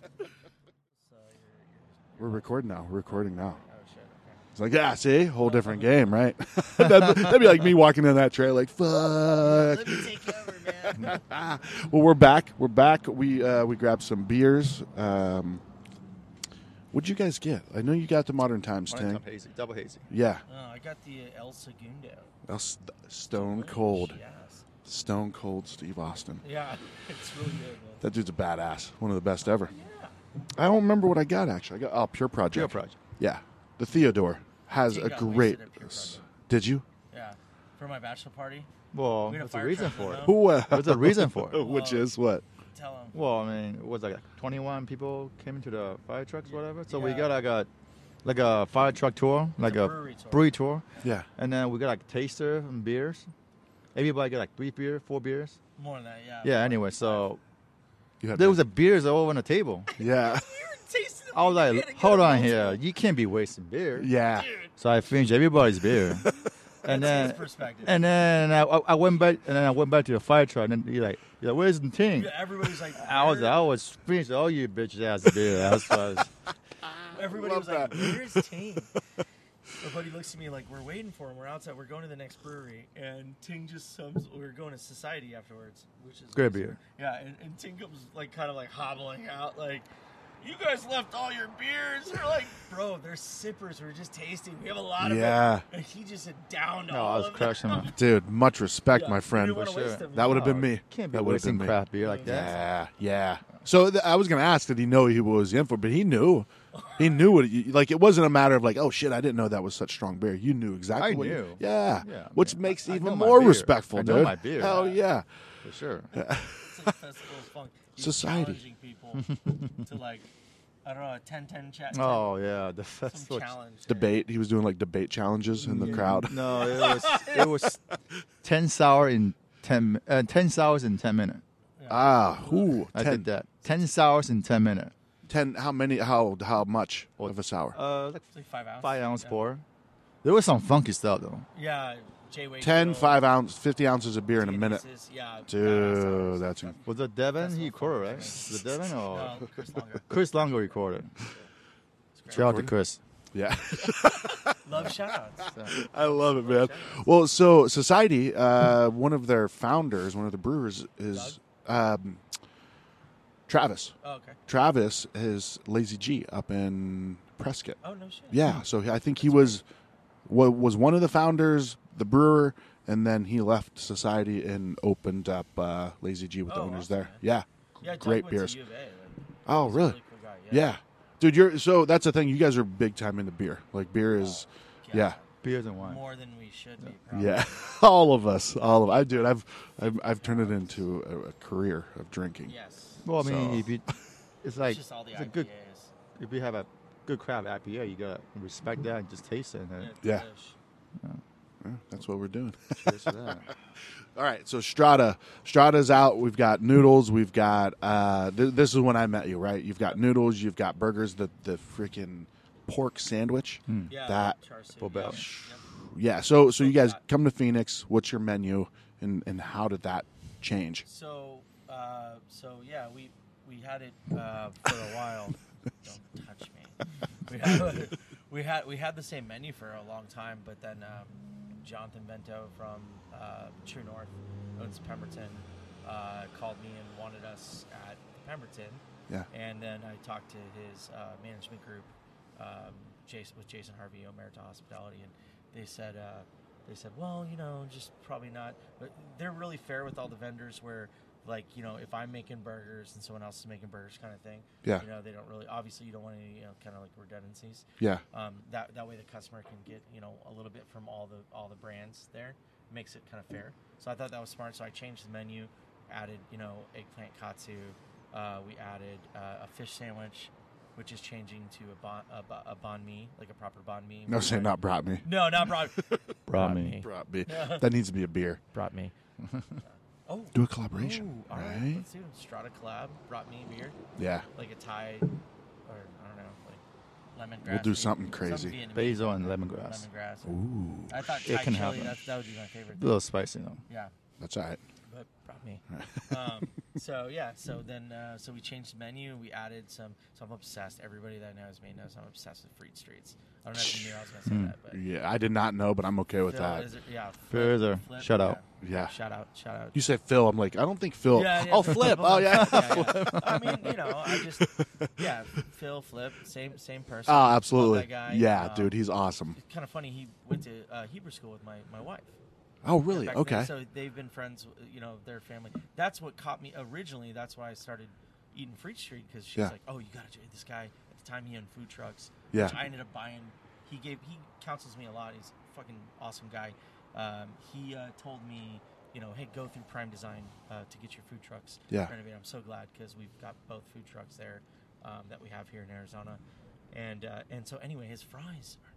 [SPEAKER 1] We're recording now. We're recording now.
[SPEAKER 2] Oh shit. Okay.
[SPEAKER 1] It's like, yeah, see, whole different game, right? (laughs) that'd, that'd be like me walking in that trail, like, fuck.
[SPEAKER 2] Let me take over, man.
[SPEAKER 1] Ah. Well, we're back. We're back. We uh, we grabbed some beers. Um, what'd you guys get? I know you got the modern times
[SPEAKER 3] One
[SPEAKER 1] thing.
[SPEAKER 3] cup hazy, double hazy.
[SPEAKER 1] Yeah,
[SPEAKER 2] (laughs) oh, I got the uh, El Segundo.
[SPEAKER 1] That's st- Stone Cold,
[SPEAKER 2] Yes.
[SPEAKER 1] Stone Cold Steve Austin.
[SPEAKER 2] Yeah, (laughs) it's really good. man.
[SPEAKER 1] That dude's a badass. One of the best ever. I don't remember what I got actually. I got oh, Pure Project.
[SPEAKER 3] Pure Project.
[SPEAKER 1] Yeah, the Theodore has
[SPEAKER 2] She
[SPEAKER 1] a
[SPEAKER 2] got
[SPEAKER 1] great.
[SPEAKER 2] wasted at Pure Project.
[SPEAKER 1] Did you? (laughs)
[SPEAKER 2] Yeah, for my bachelor party.
[SPEAKER 3] Well,
[SPEAKER 2] We had a
[SPEAKER 3] what's the
[SPEAKER 2] fire
[SPEAKER 3] reason
[SPEAKER 2] truck
[SPEAKER 3] for
[SPEAKER 2] in
[SPEAKER 3] it?
[SPEAKER 2] the
[SPEAKER 1] Who? uh,
[SPEAKER 3] What's the reason for it?
[SPEAKER 1] Which is what?
[SPEAKER 2] Tell him.
[SPEAKER 3] Well, I mean, it was like 21 people came into the fire trucks, whatever. So we
[SPEAKER 2] Yeah.
[SPEAKER 3] got like a like a fire truck tour, like
[SPEAKER 2] a
[SPEAKER 3] a
[SPEAKER 2] brewery tour.
[SPEAKER 3] brewery tour,
[SPEAKER 1] Yeah.
[SPEAKER 3] and then we got like taster and beers. Everybody got like three beer, four beers.
[SPEAKER 2] More than that, yeah.
[SPEAKER 3] Yeah. Anyway, so
[SPEAKER 1] You had
[SPEAKER 3] there
[SPEAKER 1] me.
[SPEAKER 3] was a beers all on the table.
[SPEAKER 1] Yeah. (laughs)
[SPEAKER 2] Tasted
[SPEAKER 3] I
[SPEAKER 2] (laughs)
[SPEAKER 3] was like, hold on here, you can't be wasting beer.
[SPEAKER 1] Yeah.
[SPEAKER 3] So I finished
[SPEAKER 2] (laughs)
[SPEAKER 3] everybody's beer, and then
[SPEAKER 2] perspective.
[SPEAKER 3] and then I, I I went back and then I went back to the fire truck and then you're like, you're like where's the thing?
[SPEAKER 2] Yeah, everybody's like,
[SPEAKER 3] I was
[SPEAKER 2] "Where-"
[SPEAKER 3] I was finished all you bitches ass beer. That's what I was. (laughs)
[SPEAKER 2] Everybody
[SPEAKER 1] Love
[SPEAKER 2] was like,
[SPEAKER 1] that.
[SPEAKER 2] "Where's Ting?" My buddy looks at me like, "We're waiting for him. We're outside. We're going to the next brewery." And Ting just sums. We were going to Society afterwards, which is
[SPEAKER 3] Great
[SPEAKER 2] awesome.
[SPEAKER 3] beer.
[SPEAKER 2] Yeah, and, and Ting comes like kind of like hobbling out, like, "You guys left all your beers." We're like, "Bro, they're sippers. We're just tasting. We have a lot of
[SPEAKER 1] Yeah.
[SPEAKER 2] it." And he just had downed
[SPEAKER 3] No,
[SPEAKER 2] all
[SPEAKER 3] oh, I was
[SPEAKER 2] of them.
[SPEAKER 3] crushing them.
[SPEAKER 1] Dude, much respect,
[SPEAKER 2] (laughs) Yeah,
[SPEAKER 1] my
[SPEAKER 2] you
[SPEAKER 1] friend.
[SPEAKER 2] didn't wanna
[SPEAKER 3] For sure.
[SPEAKER 2] waste them.
[SPEAKER 1] That would have been
[SPEAKER 3] Oh,
[SPEAKER 1] me.
[SPEAKER 3] Can't be
[SPEAKER 1] that would have
[SPEAKER 3] wasting
[SPEAKER 1] been me.
[SPEAKER 3] craft beer like that.
[SPEAKER 1] Yeah, yeah. So th- I was going to ask, did he know he was in for? But he knew. He knew what. It, like it wasn't a matter of like, oh shit, I didn't know that was such strong beer. You knew exactly.
[SPEAKER 3] I
[SPEAKER 1] what you-
[SPEAKER 3] knew.
[SPEAKER 1] yeah.
[SPEAKER 3] Yeah, I
[SPEAKER 1] Which
[SPEAKER 3] mean,
[SPEAKER 1] makes
[SPEAKER 3] I- I know
[SPEAKER 1] even
[SPEAKER 3] my
[SPEAKER 1] more
[SPEAKER 3] beer.
[SPEAKER 1] respectful,
[SPEAKER 3] I know
[SPEAKER 1] dude.
[SPEAKER 3] my beer.
[SPEAKER 1] Hell yeah.
[SPEAKER 3] For sure.
[SPEAKER 2] It's like festivals funk. He's
[SPEAKER 1] Society.
[SPEAKER 2] challenging people to like, I don't know, a 10-10 chat.
[SPEAKER 3] Oh yeah, the
[SPEAKER 2] some
[SPEAKER 3] festival.
[SPEAKER 2] challenge.
[SPEAKER 1] Debate. He was doing like debate challenges in the crowd.
[SPEAKER 3] No,
[SPEAKER 2] (laughs)
[SPEAKER 3] it was it was ten sour in ten uh, ten sours in ten minutes.
[SPEAKER 1] Ah, who?
[SPEAKER 3] I
[SPEAKER 1] ten,
[SPEAKER 3] did that. Ten sours in ten minutes.
[SPEAKER 1] ten. How many? How how much of a sour?
[SPEAKER 3] Uh, like
[SPEAKER 2] It's like five ounces.
[SPEAKER 3] five ounce
[SPEAKER 2] yeah.
[SPEAKER 3] pour. There was some funky stuff though.
[SPEAKER 2] Yeah, Jay Wade.
[SPEAKER 1] Ten,
[SPEAKER 2] Grill,
[SPEAKER 1] five ounce, fifty ounces of beer in a
[SPEAKER 2] Indian
[SPEAKER 1] minute.
[SPEAKER 2] Pieces, Yeah. uh,
[SPEAKER 1] Dude, that's
[SPEAKER 3] Was it Devin?
[SPEAKER 2] That's
[SPEAKER 3] he
[SPEAKER 2] not
[SPEAKER 3] recorded,
[SPEAKER 2] funky
[SPEAKER 3] right? Was it Devin or
[SPEAKER 2] No, Chris Longer.
[SPEAKER 3] Chris Longo recorded?
[SPEAKER 2] It's
[SPEAKER 3] Shout
[SPEAKER 2] great.
[SPEAKER 3] out to Chris.
[SPEAKER 1] yeah. (laughs)
[SPEAKER 2] Love shout outs.
[SPEAKER 1] I love it, man. Well, so Society, uh, one of their founders, one of the brewers is um, Travis.
[SPEAKER 2] Oh, okay.
[SPEAKER 1] Travis is Lazy G up in Prescott.
[SPEAKER 2] Oh, no shit.
[SPEAKER 1] Yeah, so I think he was wa- was one of the founders, the brewer, and then he left Society and opened up uh, Lazy G with the
[SPEAKER 2] Oh,
[SPEAKER 1] owners
[SPEAKER 2] awesome,
[SPEAKER 1] there.
[SPEAKER 2] man.
[SPEAKER 1] Yeah.
[SPEAKER 2] Yeah, Doug
[SPEAKER 1] Great
[SPEAKER 2] went
[SPEAKER 1] beers.
[SPEAKER 2] To U of A, like,
[SPEAKER 1] Oh,
[SPEAKER 2] he's a
[SPEAKER 1] really?
[SPEAKER 2] cool guy,
[SPEAKER 1] Yeah. Dude, you're so that's the thing. You guys are big time into beer. Like
[SPEAKER 2] Oh,
[SPEAKER 1] beer is yeah.
[SPEAKER 3] Beers and wine.
[SPEAKER 2] More than we should be. Probably.
[SPEAKER 1] Yeah, (laughs) all of us, all of I do. I've, I've, I've turned it into a, a career of drinking.
[SPEAKER 2] Yes.
[SPEAKER 3] Well, I mean,
[SPEAKER 1] So-
[SPEAKER 3] if you, it's like
[SPEAKER 2] it's just all the
[SPEAKER 3] it's
[SPEAKER 2] IPAs.
[SPEAKER 3] a good. If you have a good craft IPA, you gotta respect that and just taste it. And,
[SPEAKER 2] Yeah.
[SPEAKER 1] Yeah.
[SPEAKER 2] delish.
[SPEAKER 1] That's what we're doing. (laughs)
[SPEAKER 3] Cheers to that. (laughs)
[SPEAKER 1] All right, so Strata, Strata's out. We've got noodles. We've got uh, th- this is when I met you, right? You've got noodles. You've got burgers. The the freaking pork sandwich.
[SPEAKER 2] Yeah,
[SPEAKER 1] That
[SPEAKER 2] char siu,
[SPEAKER 3] Boba.
[SPEAKER 2] yep, yep.
[SPEAKER 1] yeah. So so you guys come to Phoenix. What's your menu, and and how did that change?
[SPEAKER 2] So, uh, so yeah, we we had it uh, for a
[SPEAKER 1] (laughs)
[SPEAKER 2] while. Don't touch me. We had, we had we had the same menu for a long time, but then um, Jonathan Bento from uh, True North owns Pemberton uh, called me and wanted us at Pemberton,
[SPEAKER 1] Yeah.
[SPEAKER 2] and then I talked to his uh, management group, um, Jason with Jason Harvey, Omerita Hospitality, and they said uh, they said, well, you know, just probably not. But they're really fair with all the vendors, where like you know, if I'm making burgers and someone else is making burgers, kind of thing.
[SPEAKER 1] Yeah.
[SPEAKER 2] You know, they don't really. Obviously, you don't want any you know, kind of like redundancies.
[SPEAKER 1] Yeah.
[SPEAKER 2] Um, that that way, the customer can get you know a little bit from all the all the brands there. Makes it kind of fair. So I thought that was smart. So I changed the menu, added you know eggplant katsu. Uh, we added uh, a fish sandwich, which is changing to a bon a, ba- a banh mi, like a proper banh mi.
[SPEAKER 1] No, say not brought me.
[SPEAKER 2] No, not brought.
[SPEAKER 3] Brought me.
[SPEAKER 1] Brought
[SPEAKER 2] (laughs)
[SPEAKER 1] me. that needs to be a beer.
[SPEAKER 2] Brought me. (laughs) oh.
[SPEAKER 1] Do a collaboration,
[SPEAKER 2] Ooh, all right.
[SPEAKER 1] right?
[SPEAKER 2] Let's do it. Strata collab. Brought me beer
[SPEAKER 1] Yeah.
[SPEAKER 2] like a Thai, or I don't know, like lemon grass.
[SPEAKER 1] We'll do something crazy.
[SPEAKER 2] Vietnamese.
[SPEAKER 3] Basil and lemongrass.
[SPEAKER 2] Lemongrass.
[SPEAKER 1] Ooh,
[SPEAKER 2] I thought
[SPEAKER 3] It
[SPEAKER 2] Thai
[SPEAKER 3] can
[SPEAKER 2] chili.
[SPEAKER 3] happen.
[SPEAKER 2] That, that would be my favorite.
[SPEAKER 3] A little spicy though.
[SPEAKER 2] Yeah,
[SPEAKER 1] that's all right.
[SPEAKER 2] but brought me. (laughs) um, so yeah, so then uh, so we changed the menu. We added some. So I'm obsessed. Everybody that knows me knows I'm obsessed with Freed Streets. I don't know if you knew I was gonna say that, but
[SPEAKER 1] Yeah, I did not know, but I'm okay Hmm. with
[SPEAKER 2] Phil
[SPEAKER 1] that.
[SPEAKER 2] is- yeah, flip,
[SPEAKER 3] Further.
[SPEAKER 2] flip,
[SPEAKER 3] Shout out.
[SPEAKER 1] Yeah.
[SPEAKER 2] Shout out. Shout out.
[SPEAKER 1] You said Phil. I'm like, I don't think Phil. oh, flip. Oh, yeah.
[SPEAKER 2] (laughs) yeah. I mean, you know, I just yeah, Phil Flip, same same person.
[SPEAKER 1] Oh,
[SPEAKER 2] Love
[SPEAKER 1] absolutely.
[SPEAKER 2] that guy.
[SPEAKER 1] Yeah,
[SPEAKER 2] Um,
[SPEAKER 1] dude, he's awesome.
[SPEAKER 2] It's kind of funny. He went to uh, Hebrew school with my my wife.
[SPEAKER 1] Oh, really?
[SPEAKER 2] Back then.
[SPEAKER 1] Okay.
[SPEAKER 2] So they've been friends. uh, You know, their family. That's what caught me originally. That's why I started eating Fruit Street because she's
[SPEAKER 1] Yeah.
[SPEAKER 2] like, oh, you gotta try this guy. At the time, he owned food trucks.
[SPEAKER 1] Yeah.
[SPEAKER 2] Which I ended up buying. He gave. He counsels me a lot. He's a fucking awesome guy. Um, he uh, told me. You know, hey, go through Prime Design uh, to get your food trucks
[SPEAKER 1] Yeah.
[SPEAKER 2] renovated. I'm so glad because we've got both food trucks there um, that we have here in Arizona, and uh, and so anyway, his fries are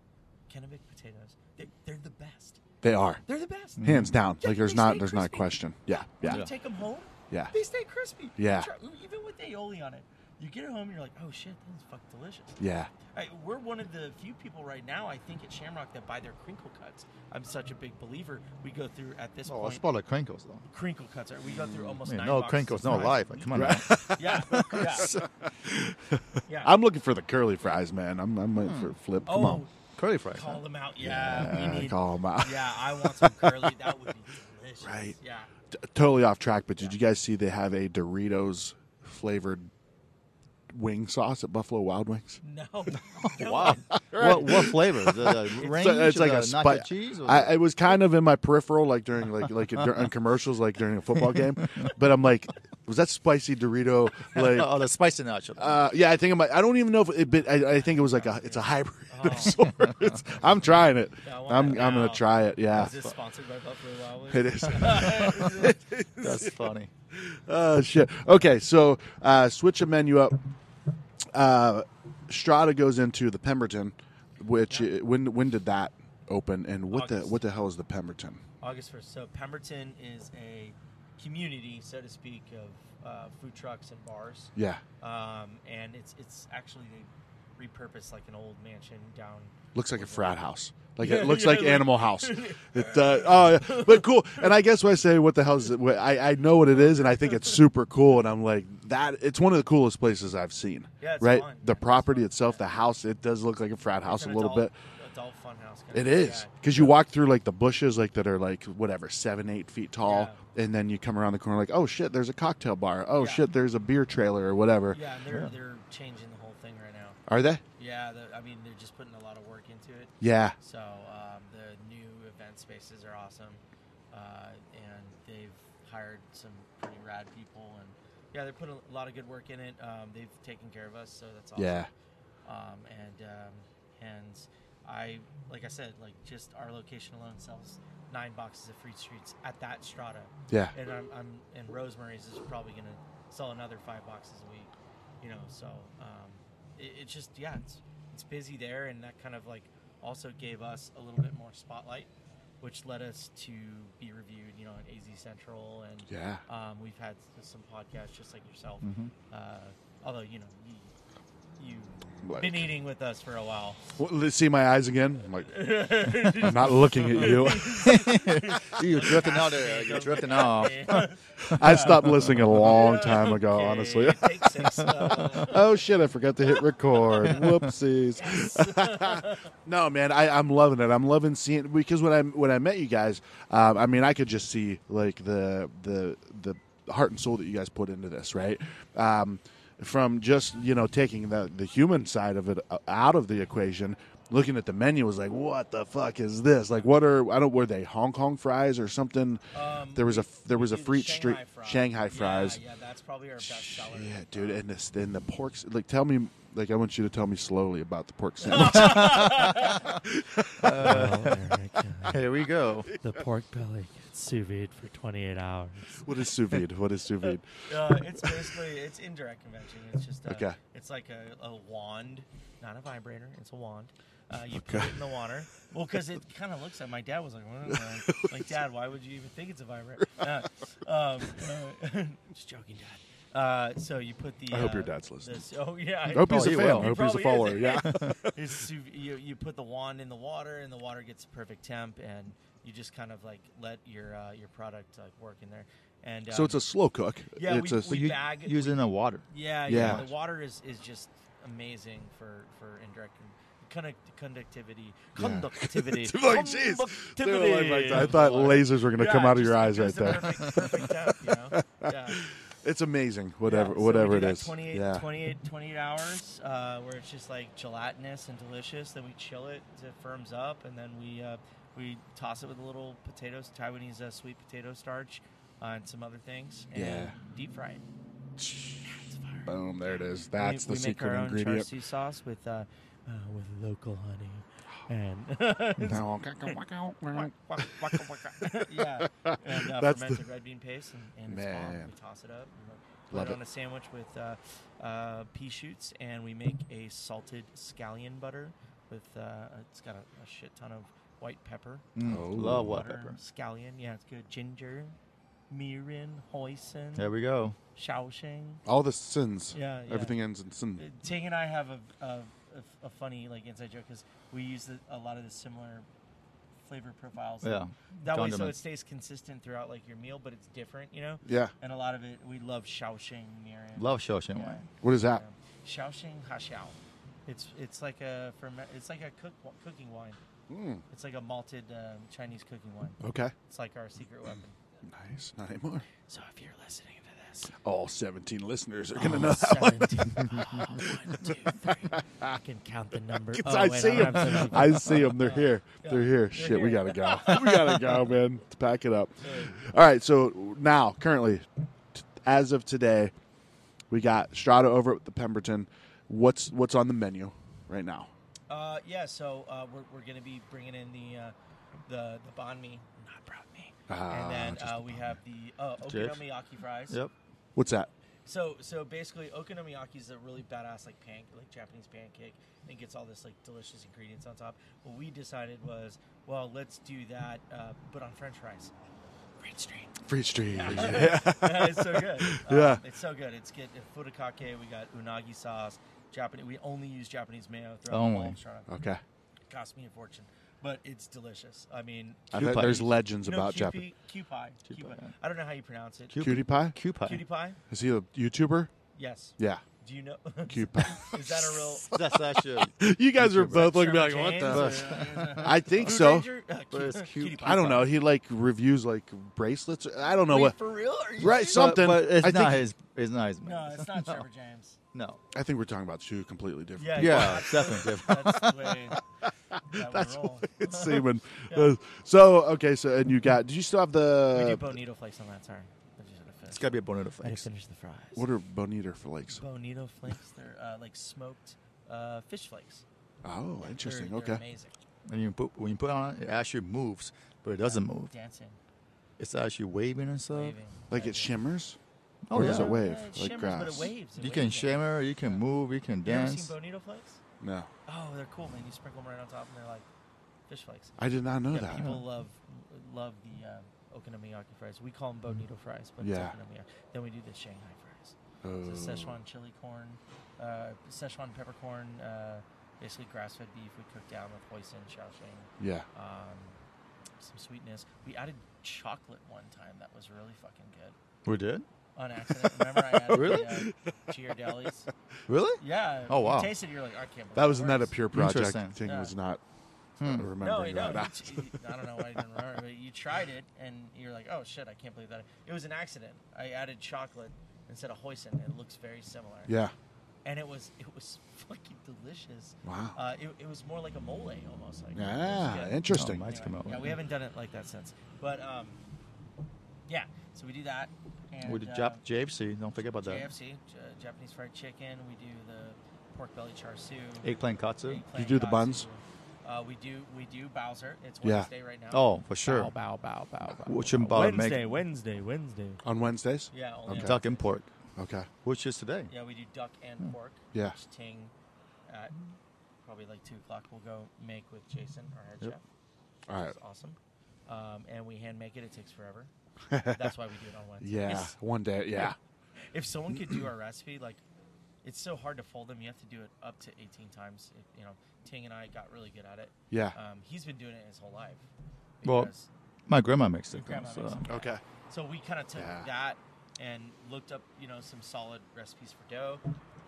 [SPEAKER 2] Kennebec potatoes. They're, they're the best.
[SPEAKER 1] They are
[SPEAKER 2] They're the best.
[SPEAKER 1] hands down.
[SPEAKER 2] Yeah,
[SPEAKER 1] like, there's
[SPEAKER 2] they
[SPEAKER 1] not,
[SPEAKER 2] stay
[SPEAKER 1] there's not a
[SPEAKER 2] crispy.
[SPEAKER 1] question. Yeah, yeah,
[SPEAKER 2] You take them home.
[SPEAKER 1] Yeah.
[SPEAKER 2] They stay crispy.
[SPEAKER 1] Yeah.
[SPEAKER 2] Try- Even with aioli on it, you get it home and you're like, oh shit, this is fucking delicious.
[SPEAKER 1] yeah.
[SPEAKER 2] I, we're one of the few people right now, I think, at Shamrock that buy their crinkle cuts. I'm such a big believer. We go through at this
[SPEAKER 3] Oh,
[SPEAKER 2] point.
[SPEAKER 3] it's about like crinkles though.
[SPEAKER 2] crinkle cuts. Are, we go through almost
[SPEAKER 3] I mean,
[SPEAKER 2] nine
[SPEAKER 3] no
[SPEAKER 2] boxes
[SPEAKER 3] crinkles,
[SPEAKER 2] of
[SPEAKER 3] no
[SPEAKER 2] fries.
[SPEAKER 3] life. Like, come on. man.
[SPEAKER 2] (laughs) Yeah. Yeah. yeah.
[SPEAKER 1] (laughs) I'm looking for the curly fries, man. I'm, I'm waiting for flip. Come
[SPEAKER 2] oh,
[SPEAKER 1] on,
[SPEAKER 3] Curly fries.
[SPEAKER 2] call
[SPEAKER 3] huh?
[SPEAKER 2] them out. Yeah.
[SPEAKER 1] Uh,
[SPEAKER 2] we need,
[SPEAKER 1] call 'em out.
[SPEAKER 2] Yeah, I want some curly. That
[SPEAKER 1] (laughs)
[SPEAKER 2] would be delicious.
[SPEAKER 1] Right.
[SPEAKER 2] Yeah.
[SPEAKER 1] T- totally off track, but did you guys see they have a Doritos flavored wing sauce at Buffalo Wild Wings? (laughs)
[SPEAKER 2] No. (laughs)
[SPEAKER 3] Wow. (laughs) What what flavor? The, the range
[SPEAKER 1] So it's like
[SPEAKER 3] the
[SPEAKER 1] a
[SPEAKER 3] nacho
[SPEAKER 1] spi-
[SPEAKER 3] cheese. Or
[SPEAKER 1] I, it was kind of in my peripheral, like during like like dur-
[SPEAKER 2] (laughs)
[SPEAKER 1] on commercials, like during a football game. But I'm like, was that spicy
[SPEAKER 2] (laughs)
[SPEAKER 1] Dorito? Like,
[SPEAKER 3] (laughs) oh, the spicy nacho.
[SPEAKER 1] Uh, yeah, I think it might. I don't even know if it, but I, I think it was like a. It's a hybrid of sorts. (laughs) I'm trying it.
[SPEAKER 2] Oh. Yeah, I want
[SPEAKER 1] I'm.
[SPEAKER 2] it
[SPEAKER 1] I'm gonna
[SPEAKER 2] now.
[SPEAKER 1] try it. Yeah,
[SPEAKER 2] Is this sponsored by Buffalo Wild Wings?
[SPEAKER 1] (laughs) it is.
[SPEAKER 3] That's funny.
[SPEAKER 1] oh shit. Okay, so uh, switch a menu up. Uh, Strata goes into the Pemberton, which uh when when did that open? And what the
[SPEAKER 2] August.
[SPEAKER 1] what the hell is the Pemberton?
[SPEAKER 2] August 1st. So Pemberton is a community, so to speak, of uh, food trucks and bars.
[SPEAKER 1] Yeah,
[SPEAKER 2] Um, and it's it's actually they repurposed like an old mansion down.
[SPEAKER 1] looks like a frat house. Like
[SPEAKER 2] Yeah,
[SPEAKER 1] it looks
[SPEAKER 2] yeah,
[SPEAKER 1] like
[SPEAKER 2] like-
[SPEAKER 1] Animal House. It, uh, oh, yeah. but cool. And I guess when I say what the hell is it? what- I I know what it is, and I think it's super cool. And I'm like that. It's one of the coolest places I've seen.
[SPEAKER 2] Yeah, it's
[SPEAKER 1] right.
[SPEAKER 2] fun.
[SPEAKER 1] The
[SPEAKER 2] Yeah, it's
[SPEAKER 1] property
[SPEAKER 2] fun.
[SPEAKER 1] itself,
[SPEAKER 2] Yeah.
[SPEAKER 1] the house, it does look like a frat house
[SPEAKER 2] It's
[SPEAKER 1] a
[SPEAKER 2] an
[SPEAKER 1] little bit.
[SPEAKER 2] adult- Adult fun house. kind
[SPEAKER 1] It
[SPEAKER 2] of-
[SPEAKER 1] is
[SPEAKER 2] yeah.
[SPEAKER 1] because you walk through like the bushes, like that are like whatever seven, eight feet tall, and then you come around the corner, like oh shit, there's a cocktail bar. Oh
[SPEAKER 2] Yeah.
[SPEAKER 1] shit, there's a beer trailer or whatever.
[SPEAKER 2] Yeah, and they're they're changing the whole thing right now.
[SPEAKER 1] Are they?
[SPEAKER 2] Yeah, the, I mean they're just putting a lot of work into it.
[SPEAKER 1] Yeah,
[SPEAKER 2] So um, the new event spaces are awesome, uh, and they've hired some pretty rad people, and yeah, they put a lot of good work in it. Um, they've taken care of us, so that's awesome.
[SPEAKER 1] yeah,
[SPEAKER 2] Um, and um, and I, like I said, like just our location alone sells nine boxes of Fruit Streets at that Strata,
[SPEAKER 1] yeah.
[SPEAKER 2] and I'm, I'm and Rosemary's is probably gonna sell another five boxes a week, you know. So um, it, it's just yeah, it's it's busy there, and that kind of like also gave us a little bit more spotlight which led us to be reviewed, you know, on AZ Central, and
[SPEAKER 1] Yeah. Mm-hmm.
[SPEAKER 2] um, we've had s- some podcasts just like yourself.
[SPEAKER 3] Mhm.
[SPEAKER 2] Uh, although you know you, you've
[SPEAKER 1] Like-
[SPEAKER 2] been eating with us for
[SPEAKER 1] (laughs)
[SPEAKER 2] a while.
[SPEAKER 1] Well, let's see my eyes again. I'm like, (laughs) I'm not looking at you. (laughs)
[SPEAKER 3] You're drifting out there. You're drifting off.
[SPEAKER 1] I stopped listening a long time ago,
[SPEAKER 2] Okay,
[SPEAKER 1] Oh, honestly.
[SPEAKER 2] take
[SPEAKER 1] (laughs)
[SPEAKER 2] six, uh,
[SPEAKER 1] oh shit, I forgot to hit record. Whoopsies. (laughs) no, man, I, I'm loving it. I'm loving seeing because when I when I met you guys, um, I mean, I could just see like the the the heart and soul that you guys put into this, right? Um, from just you know taking the the human side of it uh, out of the equation. Looking at the menu was like, what the fuck is this? Like, what are I don't were they Hong Kong fries or something?
[SPEAKER 2] Um,
[SPEAKER 1] there was a there was a
[SPEAKER 2] Dude,
[SPEAKER 1] free
[SPEAKER 2] Shanghai
[SPEAKER 1] street
[SPEAKER 2] fries.
[SPEAKER 1] Shanghai
[SPEAKER 2] Yeah,
[SPEAKER 1] fries.
[SPEAKER 2] Yeah, that's probably our best seller.
[SPEAKER 1] Yeah,
[SPEAKER 2] uh,
[SPEAKER 1] dude, and this and the porks. Like, tell me, like, I want you to tell me slowly about the
[SPEAKER 2] (laughs)
[SPEAKER 1] pork sandwich.
[SPEAKER 3] Here we go.
[SPEAKER 4] the pork belly gets sous vide for 28 hours.
[SPEAKER 1] what is sous vide? What is sous vide?
[SPEAKER 2] Uh, it's basically it's indirect convention. It's just a,
[SPEAKER 1] Okay.
[SPEAKER 2] It's like a, a wand, not a vibrator. It's a wand. Uh, you put it in the water. Well, because it kind of looks like my dad was like, "What?" Uh, like, Dad, why would you even think it's
[SPEAKER 1] (laughs)
[SPEAKER 2] a vibrator? Uh, um, (laughs) uh, just joking, Dad. Uh, so you put the.
[SPEAKER 1] I hope
[SPEAKER 2] uh,
[SPEAKER 1] your dad's listening.
[SPEAKER 2] this- oh yeah.
[SPEAKER 1] I hope he's
[SPEAKER 3] Oh,
[SPEAKER 1] a
[SPEAKER 3] he
[SPEAKER 1] fan.
[SPEAKER 3] will.
[SPEAKER 1] I
[SPEAKER 3] He
[SPEAKER 1] hope he's a
[SPEAKER 2] probably is.
[SPEAKER 1] follower. Yeah.
[SPEAKER 2] (laughs)
[SPEAKER 1] (laughs)
[SPEAKER 2] It's sous- you, you put the wand in the water, and the water gets perfect temp, and you just kind of like let your uh, your product like work in there. And um,
[SPEAKER 1] so it's a slow cook.
[SPEAKER 2] Yeah,
[SPEAKER 1] it's
[SPEAKER 2] we-
[SPEAKER 1] a,
[SPEAKER 3] So you
[SPEAKER 2] bag-
[SPEAKER 3] use it in the water.
[SPEAKER 2] Yeah, yeah.
[SPEAKER 1] Yeah.
[SPEAKER 2] The water is, is just amazing for for indirect conduct, conductivity.
[SPEAKER 1] (laughs)
[SPEAKER 2] Conductivity.
[SPEAKER 1] Like, jeez.
[SPEAKER 2] Conductivity.
[SPEAKER 1] I thought lasers were going to
[SPEAKER 2] Yeah,
[SPEAKER 1] come out of
[SPEAKER 2] just
[SPEAKER 1] your eyes right
[SPEAKER 2] because
[SPEAKER 1] there.
[SPEAKER 2] the Perfect, perfect temp, you
[SPEAKER 1] (laughs)
[SPEAKER 2] know? Yeah.
[SPEAKER 1] It's amazing. Whatever,
[SPEAKER 2] Yeah, so
[SPEAKER 1] whatever
[SPEAKER 2] we
[SPEAKER 1] it
[SPEAKER 2] do that
[SPEAKER 1] is.
[SPEAKER 2] 28,
[SPEAKER 1] yeah.
[SPEAKER 2] 28, 28 hours, uh, where it's just like gelatinous and delicious. Then we chill it, till it firms up, and then we uh, we toss it with a little potatoes, Taiwanese uh, sweet potato starch, uh, and some other things, and
[SPEAKER 1] Yeah.
[SPEAKER 2] deep fry it. It's fire.
[SPEAKER 1] Boom! There it is. That's
[SPEAKER 2] we,
[SPEAKER 1] the
[SPEAKER 2] we
[SPEAKER 1] secret
[SPEAKER 2] make our Own char
[SPEAKER 1] ingredient.
[SPEAKER 2] siu sauce with uh, uh, with local honey, and (laughs) yeah, and uh,
[SPEAKER 1] That's the-
[SPEAKER 2] fermented red bean paste, and, and it's bomb.
[SPEAKER 1] Man.
[SPEAKER 2] we toss it up. and we
[SPEAKER 1] Love
[SPEAKER 2] Put it
[SPEAKER 1] it.
[SPEAKER 2] on a sandwich with uh, uh, pea shoots, and we make a salted scallion butter with uh, it's got a, a shit ton of white pepper.
[SPEAKER 3] Mm,
[SPEAKER 1] Oh.
[SPEAKER 3] love white
[SPEAKER 2] butter,
[SPEAKER 3] pepper.
[SPEAKER 2] Scallion, yeah, it's good. Ginger, mirin, hoisin,
[SPEAKER 3] There we go.
[SPEAKER 2] shaoxing.
[SPEAKER 1] All the sins.
[SPEAKER 2] Yeah, yeah.
[SPEAKER 1] Everything ends in sin.
[SPEAKER 2] Uh, Ting and I have a, a, a- a funny like inside joke because we use the, a lot of the similar flavor profiles.
[SPEAKER 3] Yeah.
[SPEAKER 2] That way, so it
[SPEAKER 3] Condiments.
[SPEAKER 2] stays consistent throughout like your meal, but it's different, you know.
[SPEAKER 1] Yeah.
[SPEAKER 2] And a lot of it, we love Shaoxing mirin.
[SPEAKER 3] Love Shoshin
[SPEAKER 2] Yeah.
[SPEAKER 3] wine.
[SPEAKER 1] What is that?
[SPEAKER 2] Shaoxing haxiao. It's it's like a ferment. It's like a cook cooking wine.
[SPEAKER 1] Mm,
[SPEAKER 2] It's like a malted um, Chinese cooking wine.
[SPEAKER 1] okay.
[SPEAKER 2] It's like our secret weapon.
[SPEAKER 1] Nice. Not anymore.
[SPEAKER 2] So if you're listening to this,
[SPEAKER 1] All 17 listeners are
[SPEAKER 2] Oh.
[SPEAKER 1] going to know that.
[SPEAKER 2] seventeen. oh, one, two, three. I can count the
[SPEAKER 1] (laughs)
[SPEAKER 2] number. Oh,
[SPEAKER 1] I
[SPEAKER 2] wait,
[SPEAKER 1] see
[SPEAKER 2] I'm- I'm
[SPEAKER 1] them.
[SPEAKER 2] sorry.
[SPEAKER 1] (laughs)
[SPEAKER 2] (laughs)
[SPEAKER 1] I see them. They're here.
[SPEAKER 2] Yeah.
[SPEAKER 1] They're here.
[SPEAKER 2] They're
[SPEAKER 1] Shit, we
[SPEAKER 2] here.
[SPEAKER 1] gotta go.
[SPEAKER 2] (laughs)
[SPEAKER 1] we gotta go, man. Let's pack it up. All right. So now, currently, t- as of today, we got Strada over at the Pemberton. What's what's on the menu right now?
[SPEAKER 2] Uh, yeah, so uh, we're, we're going to be bringing in the uh, the the banh mi, not brought me,
[SPEAKER 1] Ah,
[SPEAKER 2] and then
[SPEAKER 1] just
[SPEAKER 2] uh,
[SPEAKER 1] the
[SPEAKER 2] we have the uh,
[SPEAKER 3] Jerks.
[SPEAKER 2] okonomiyaki fries.
[SPEAKER 3] Yep.
[SPEAKER 1] What's that?
[SPEAKER 2] So so basically, okonomiyaki is a really badass like pan like Japanese pancake, and gets all this like delicious ingredients on top. What we decided was, well, let's do that, uh, but on French fries. Great Street.
[SPEAKER 1] Free Street.
[SPEAKER 2] Yeah, it's so
[SPEAKER 1] (laughs)
[SPEAKER 2] good. Um,
[SPEAKER 1] Yeah.
[SPEAKER 2] it's so good. It's good. Futakake. We got unagi sauce. Japanese. We only use Japanese mayo throughout the
[SPEAKER 3] Only.
[SPEAKER 2] whole restaurant
[SPEAKER 1] (laughs) Okay.
[SPEAKER 2] cost me a fortune, but it's delicious. I mean,
[SPEAKER 1] I
[SPEAKER 3] Cutie
[SPEAKER 1] bet there's
[SPEAKER 3] pie.
[SPEAKER 1] legends
[SPEAKER 2] no,
[SPEAKER 1] about
[SPEAKER 2] QP,
[SPEAKER 1] Japan.
[SPEAKER 2] Q pie,
[SPEAKER 3] Q
[SPEAKER 2] Q
[SPEAKER 3] pie,
[SPEAKER 2] pie.
[SPEAKER 3] yeah.
[SPEAKER 2] I don't know how you pronounce it.
[SPEAKER 3] Q-
[SPEAKER 1] Cutie pie.
[SPEAKER 3] Q pie.
[SPEAKER 2] Cutie pie?
[SPEAKER 1] Is he a YouTuber?
[SPEAKER 2] Yes.
[SPEAKER 1] Yeah.
[SPEAKER 2] Do you know? (laughs)
[SPEAKER 1] Cutie pie.
[SPEAKER 2] Is that
[SPEAKER 1] (laughs)
[SPEAKER 2] a real?
[SPEAKER 3] That's that
[SPEAKER 2] (laughs)
[SPEAKER 3] shit.
[SPEAKER 1] you guys are
[SPEAKER 3] YouTuber.
[SPEAKER 1] both looking at me
[SPEAKER 2] Sherman
[SPEAKER 1] like, what the?
[SPEAKER 2] James or- is it-
[SPEAKER 1] (laughs) I think
[SPEAKER 2] Blue
[SPEAKER 1] so.
[SPEAKER 2] Ranger? Uh,
[SPEAKER 3] But
[SPEAKER 2] cu-
[SPEAKER 3] it's cute.
[SPEAKER 2] cutie pie.
[SPEAKER 1] I don't know. He like reviews like bracelets. or- I don't know
[SPEAKER 2] Wait,
[SPEAKER 1] what.
[SPEAKER 2] for real? Are you
[SPEAKER 1] Right,
[SPEAKER 2] serious?
[SPEAKER 1] so- Something.
[SPEAKER 3] But, but it's
[SPEAKER 1] I
[SPEAKER 3] not
[SPEAKER 1] think-
[SPEAKER 3] his. It's not his.
[SPEAKER 2] No, it's
[SPEAKER 1] (laughs)
[SPEAKER 2] not
[SPEAKER 3] no.
[SPEAKER 2] Trevor James.
[SPEAKER 3] No.
[SPEAKER 1] I think we're talking about two completely different.
[SPEAKER 2] Yeah,
[SPEAKER 3] Yeah,
[SPEAKER 2] well, that's
[SPEAKER 3] definitely
[SPEAKER 2] the- (laughs)
[SPEAKER 3] different.
[SPEAKER 2] That's the way
[SPEAKER 1] (laughs)
[SPEAKER 2] that
[SPEAKER 1] That's
[SPEAKER 2] would roll.
[SPEAKER 1] what (laughs) it's seeming.
[SPEAKER 2] (laughs) Yeah.
[SPEAKER 1] Uh, so okay, so and you got? Did you still have
[SPEAKER 2] we do
[SPEAKER 1] the?
[SPEAKER 2] bonito flakes on that. Sorry, I just had to finish.
[SPEAKER 3] It's gotta be a bonito
[SPEAKER 2] I had
[SPEAKER 3] flakes.
[SPEAKER 2] to finish the fries.
[SPEAKER 1] What are bonita flakes?
[SPEAKER 2] Bonito flakes. They're uh, like smoked uh, fish flakes.
[SPEAKER 1] Oh,
[SPEAKER 2] They're-
[SPEAKER 1] interesting.
[SPEAKER 2] they're
[SPEAKER 1] Okay,
[SPEAKER 2] Amazing.
[SPEAKER 3] And you put when you put it on it, it actually moves, but it doesn't move.
[SPEAKER 2] Dancing,
[SPEAKER 3] It's actually waving and stuff.
[SPEAKER 2] waving.
[SPEAKER 1] like
[SPEAKER 2] Yeah,
[SPEAKER 1] it shimmers.
[SPEAKER 3] Oh,
[SPEAKER 1] or
[SPEAKER 3] yeah.
[SPEAKER 1] does it wave
[SPEAKER 2] Yeah, it
[SPEAKER 1] like
[SPEAKER 2] shimmers,
[SPEAKER 1] grass?
[SPEAKER 2] But it waves. It
[SPEAKER 3] You
[SPEAKER 2] waves,
[SPEAKER 3] can
[SPEAKER 2] yeah.
[SPEAKER 3] shimmer, you can move, you can
[SPEAKER 2] You ever seen
[SPEAKER 3] dance.
[SPEAKER 2] bonito flakes?
[SPEAKER 1] No.
[SPEAKER 2] Oh, they're cool, man. You sprinkle them right on top, and they're like fish flakes.
[SPEAKER 1] I did not know
[SPEAKER 2] Yeah,
[SPEAKER 1] that.
[SPEAKER 2] people love love the uh, okonomiyaki fries. We call them bonito fries, but
[SPEAKER 1] Mm. Yeah.
[SPEAKER 2] it's okonomiyaki. Then we do the Shanghai fries.
[SPEAKER 1] Oh.
[SPEAKER 2] So Szechuan chili corn, uh, Szechuan peppercorn, uh, basically grass-fed beef we cook down with hoisin, shaoxing,
[SPEAKER 1] Yeah.
[SPEAKER 2] um, some sweetness. We added chocolate one time that was really fucking good
[SPEAKER 3] We did?
[SPEAKER 2] on accident. Remember
[SPEAKER 1] (laughs)
[SPEAKER 2] I added
[SPEAKER 3] Really?
[SPEAKER 2] the, uh, to your delis?
[SPEAKER 3] Really?
[SPEAKER 2] Yeah.
[SPEAKER 3] Oh, wow.
[SPEAKER 2] You tasted it, you're like, I can't believe
[SPEAKER 1] That was
[SPEAKER 2] it
[SPEAKER 1] not a
[SPEAKER 2] works."
[SPEAKER 1] pure project.
[SPEAKER 3] Interesting.
[SPEAKER 1] Thing
[SPEAKER 2] Yeah. Hmm.
[SPEAKER 1] was not uh, remembering
[SPEAKER 2] No, I know. (laughs)
[SPEAKER 1] that. Ah.
[SPEAKER 2] You t- I don't know why I didn't remember, but you tried it and you're like, oh shit, I can't believe that. It was an accident. I added chocolate instead of hoisin. It looks very similar.
[SPEAKER 1] yeah.
[SPEAKER 2] And it was it was (laughs) fucking delicious.
[SPEAKER 1] Wow.
[SPEAKER 2] Uh, it, it was more like a mole almost. Like it was
[SPEAKER 1] Yeah.
[SPEAKER 2] good.
[SPEAKER 1] Ah, Interesting.
[SPEAKER 3] Oh, my- Lights
[SPEAKER 2] Anyway,
[SPEAKER 3] come out
[SPEAKER 2] Yeah,
[SPEAKER 3] like
[SPEAKER 2] we
[SPEAKER 3] that.
[SPEAKER 2] haven't done it like that since. But um, yeah, so we do that. And,
[SPEAKER 3] we did
[SPEAKER 2] uh,
[SPEAKER 3] Jap- JFC. Don't forget about that.
[SPEAKER 2] JFC, J- Japanese fried chicken. We do the pork belly char siu.
[SPEAKER 3] Eggplant katsu.
[SPEAKER 2] eggplant
[SPEAKER 1] do the
[SPEAKER 2] katsu.
[SPEAKER 1] buns?
[SPEAKER 2] Uh, we do we do Bowser. It's
[SPEAKER 1] Yeah.
[SPEAKER 2] Wednesday right now.
[SPEAKER 3] Oh, for sure.
[SPEAKER 5] Bow, bow, bow, bow, bow.
[SPEAKER 3] Which in Bob make
[SPEAKER 4] Wednesday, Wednesday, Wednesday.
[SPEAKER 1] On Wednesdays?
[SPEAKER 2] Yeah, only
[SPEAKER 1] Okay.
[SPEAKER 2] on-
[SPEAKER 3] duck and pork,
[SPEAKER 1] Okay.
[SPEAKER 3] which is today.
[SPEAKER 2] Yeah, we do duck
[SPEAKER 1] Hmm.
[SPEAKER 2] and pork.
[SPEAKER 1] Yeah.
[SPEAKER 2] Which ting at probably like two o'clock. We'll go make with Jason, our head
[SPEAKER 3] Yep.
[SPEAKER 2] chef.
[SPEAKER 1] All right.
[SPEAKER 2] It's awesome. Um, and we hand make it. It
[SPEAKER 1] (laughs)
[SPEAKER 2] takes forever. That's why we do it on Wednesday.
[SPEAKER 1] Yeah. One day. Yeah.
[SPEAKER 2] If someone could do our recipe, like it's so hard to fold them. You have to do it up to 18 times. It, you know, Ting and I got really good at it.
[SPEAKER 1] Yeah.
[SPEAKER 2] Um, he's been doing it his whole life.
[SPEAKER 3] Well,
[SPEAKER 2] because
[SPEAKER 3] My grandma makes
[SPEAKER 2] your
[SPEAKER 3] it.
[SPEAKER 2] grandma
[SPEAKER 3] so.
[SPEAKER 2] makes it.
[SPEAKER 1] Okay.
[SPEAKER 2] So we kind of took
[SPEAKER 1] Yeah.
[SPEAKER 2] that and looked up, you know, some solid recipes for dough.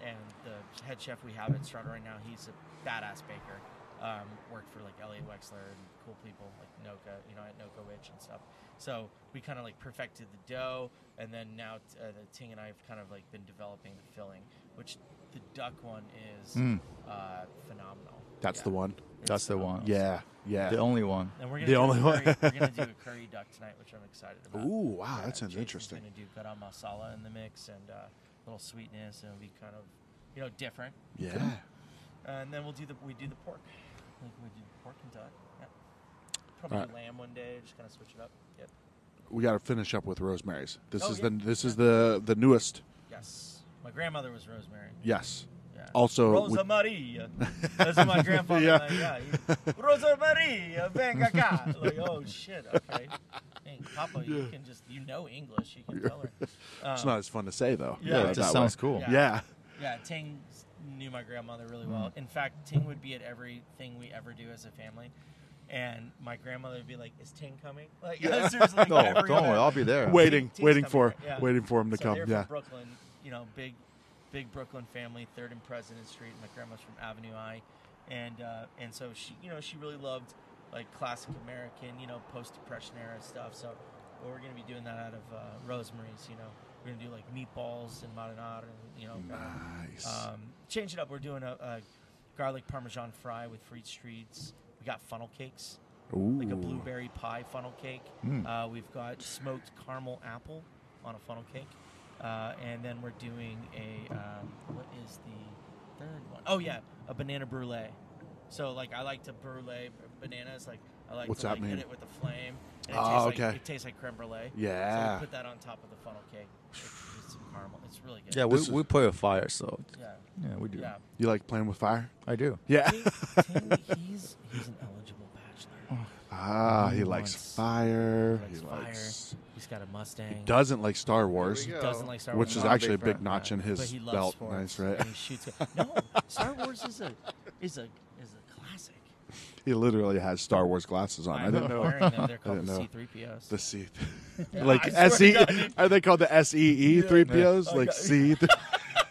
[SPEAKER 2] And the head chef we have at Strata right now, he's a badass baker. Um, worked for like Elliot Wexler and cool people like Noka, you know, at Noka Witch and stuff. So we kind of like perfected the dough, and then now uh, the Ting and I have kind of like been developing the filling, which the duck one is
[SPEAKER 3] Mm.
[SPEAKER 2] uh, phenomenal.
[SPEAKER 1] That's
[SPEAKER 2] Yeah.
[SPEAKER 1] the one.
[SPEAKER 2] It's
[SPEAKER 3] That's the one.
[SPEAKER 1] Yeah. Yeah.
[SPEAKER 3] The only one.
[SPEAKER 2] And we're gonna
[SPEAKER 1] The
[SPEAKER 2] do a
[SPEAKER 1] only one.
[SPEAKER 2] curry- we're gonna
[SPEAKER 1] (laughs)
[SPEAKER 2] do a curry duck tonight, which I'm excited about.
[SPEAKER 1] Ooh, wow, that sounds
[SPEAKER 2] Jason's
[SPEAKER 1] interesting.
[SPEAKER 2] Gonna do garam masala in the mix and uh, a little sweetness, and it'll be kind of, you know, different. Uh,
[SPEAKER 1] yeah.
[SPEAKER 2] And then we'll do the we do the pork, like we do the pork and duck. Yeah. Probably
[SPEAKER 1] Alright.
[SPEAKER 2] lamb one day, just kind of switch it up. Yep.
[SPEAKER 1] We got to finish up with Rosemary's. This
[SPEAKER 2] Oh,
[SPEAKER 1] is
[SPEAKER 2] yeah.
[SPEAKER 1] the this is the the newest.
[SPEAKER 2] Yes. My grandmother was Rosemary.
[SPEAKER 1] Yes.
[SPEAKER 2] Yeah.
[SPEAKER 1] Also, we-
[SPEAKER 2] Rosa Maria. That's
[SPEAKER 1] (laughs)
[SPEAKER 2] what my grandfather.
[SPEAKER 1] Yeah.
[SPEAKER 2] yeah. Like, yeah he, Rosa Maria, venga cá. Like, oh shit. Okay. Hey, Papa, you can just you know English. You can tell her.
[SPEAKER 1] (laughs)
[SPEAKER 2] Um,
[SPEAKER 1] It's not as fun to say though.
[SPEAKER 2] Yeah,
[SPEAKER 3] Yeah,
[SPEAKER 2] it
[SPEAKER 3] it
[SPEAKER 1] that
[SPEAKER 3] just
[SPEAKER 1] way.
[SPEAKER 3] sounds cool.
[SPEAKER 2] Yeah.
[SPEAKER 1] Yeah.
[SPEAKER 2] Yeah, Ting s- knew my grandmother really well.
[SPEAKER 1] Mm-hmm.
[SPEAKER 2] In fact, Ting would be at everything we ever do as a family, and my grandmother would be like, "Is Ting coming?" Like, (laughs) seriously, like,
[SPEAKER 3] No, don't
[SPEAKER 2] every
[SPEAKER 3] worry.
[SPEAKER 2] event.
[SPEAKER 3] I'll be there.
[SPEAKER 1] Waiting,
[SPEAKER 2] Team's
[SPEAKER 1] waiting
[SPEAKER 2] coming,
[SPEAKER 1] for,
[SPEAKER 2] right? Yeah.
[SPEAKER 1] waiting for him to
[SPEAKER 2] So
[SPEAKER 1] come.
[SPEAKER 2] They're
[SPEAKER 1] Yeah.
[SPEAKER 2] from Brooklyn, you know, big, big Brooklyn family, Third and President Street. My grandma's from Avenue I, and uh, and so she, you know, she really loved like classic American, you know, post Depression era stuff. So well, we're gonna be doing that out of uh, Rosemary's. You know, we're gonna do like meatballs and marinara, and you know, kinda-
[SPEAKER 1] Nice.
[SPEAKER 2] um, change it up. We're doing a, a garlic parmesan fry with fruit streets. We got funnel cakes,
[SPEAKER 1] Ooh. Hmm.
[SPEAKER 2] like a blueberry pie funnel cake. Uh, we've got smoked caramel apple on a funnel cake, uh, and then we're doing a um, what is the third one? Oh yeah, a banana brulee. So like I like to brulee bananas. Like I like
[SPEAKER 1] What's
[SPEAKER 2] to
[SPEAKER 1] that
[SPEAKER 2] like, hit
[SPEAKER 1] mean?
[SPEAKER 2] it with a flame. And it
[SPEAKER 1] Oh,
[SPEAKER 2] tastes
[SPEAKER 1] okay.
[SPEAKER 2] Like, it tastes like creme brulee. So
[SPEAKER 1] Yeah.
[SPEAKER 2] we put that on top of the funnel cake. with some caramel. It's really good.
[SPEAKER 3] Yeah, we,
[SPEAKER 1] This is-
[SPEAKER 3] we play a fire, so
[SPEAKER 2] Yeah.
[SPEAKER 3] yeah, we do.
[SPEAKER 1] (laughs)
[SPEAKER 2] Yeah.
[SPEAKER 1] You like playing with
[SPEAKER 2] (laughs)
[SPEAKER 1] fire?
[SPEAKER 3] I do.
[SPEAKER 1] Yeah.
[SPEAKER 2] Tim- Tim, he's, he's an eligible bachelor.
[SPEAKER 1] (laughs) Ah, he
[SPEAKER 2] He
[SPEAKER 1] likes
[SPEAKER 2] likes-
[SPEAKER 1] fire.
[SPEAKER 2] He likes
[SPEAKER 1] he
[SPEAKER 2] fire.
[SPEAKER 1] likes.
[SPEAKER 2] He's got a Mustang.
[SPEAKER 1] He doesn't like Star Wars,
[SPEAKER 2] He doesn't like Star Wars.
[SPEAKER 1] which is
[SPEAKER 2] Not
[SPEAKER 1] actually a
[SPEAKER 2] big
[SPEAKER 1] big
[SPEAKER 2] fan.
[SPEAKER 1] notch in
[SPEAKER 2] but
[SPEAKER 1] his
[SPEAKER 2] he loves
[SPEAKER 1] belt.
[SPEAKER 2] sports.
[SPEAKER 1] Nice,
[SPEAKER 2] And
[SPEAKER 1] right?
[SPEAKER 2] he shoots. It.
[SPEAKER 1] (laughs)
[SPEAKER 2] No, Star Wars is a is a is a classic.
[SPEAKER 1] He literally has Star Wars glasses on. I,
[SPEAKER 2] remember
[SPEAKER 1] didn't know.
[SPEAKER 2] Wearing them. They're called
[SPEAKER 1] didn't
[SPEAKER 2] the
[SPEAKER 1] know. (laughs)
[SPEAKER 2] C3POs.
[SPEAKER 1] The C, (laughs)
[SPEAKER 2] Yeah,
[SPEAKER 1] like
[SPEAKER 2] I swear to
[SPEAKER 1] SE,
[SPEAKER 2] God, dude.
[SPEAKER 1] (laughs) are they called the SEE three POs?
[SPEAKER 2] Oh,
[SPEAKER 1] Like
[SPEAKER 2] God.
[SPEAKER 1] C.
[SPEAKER 2] (laughs)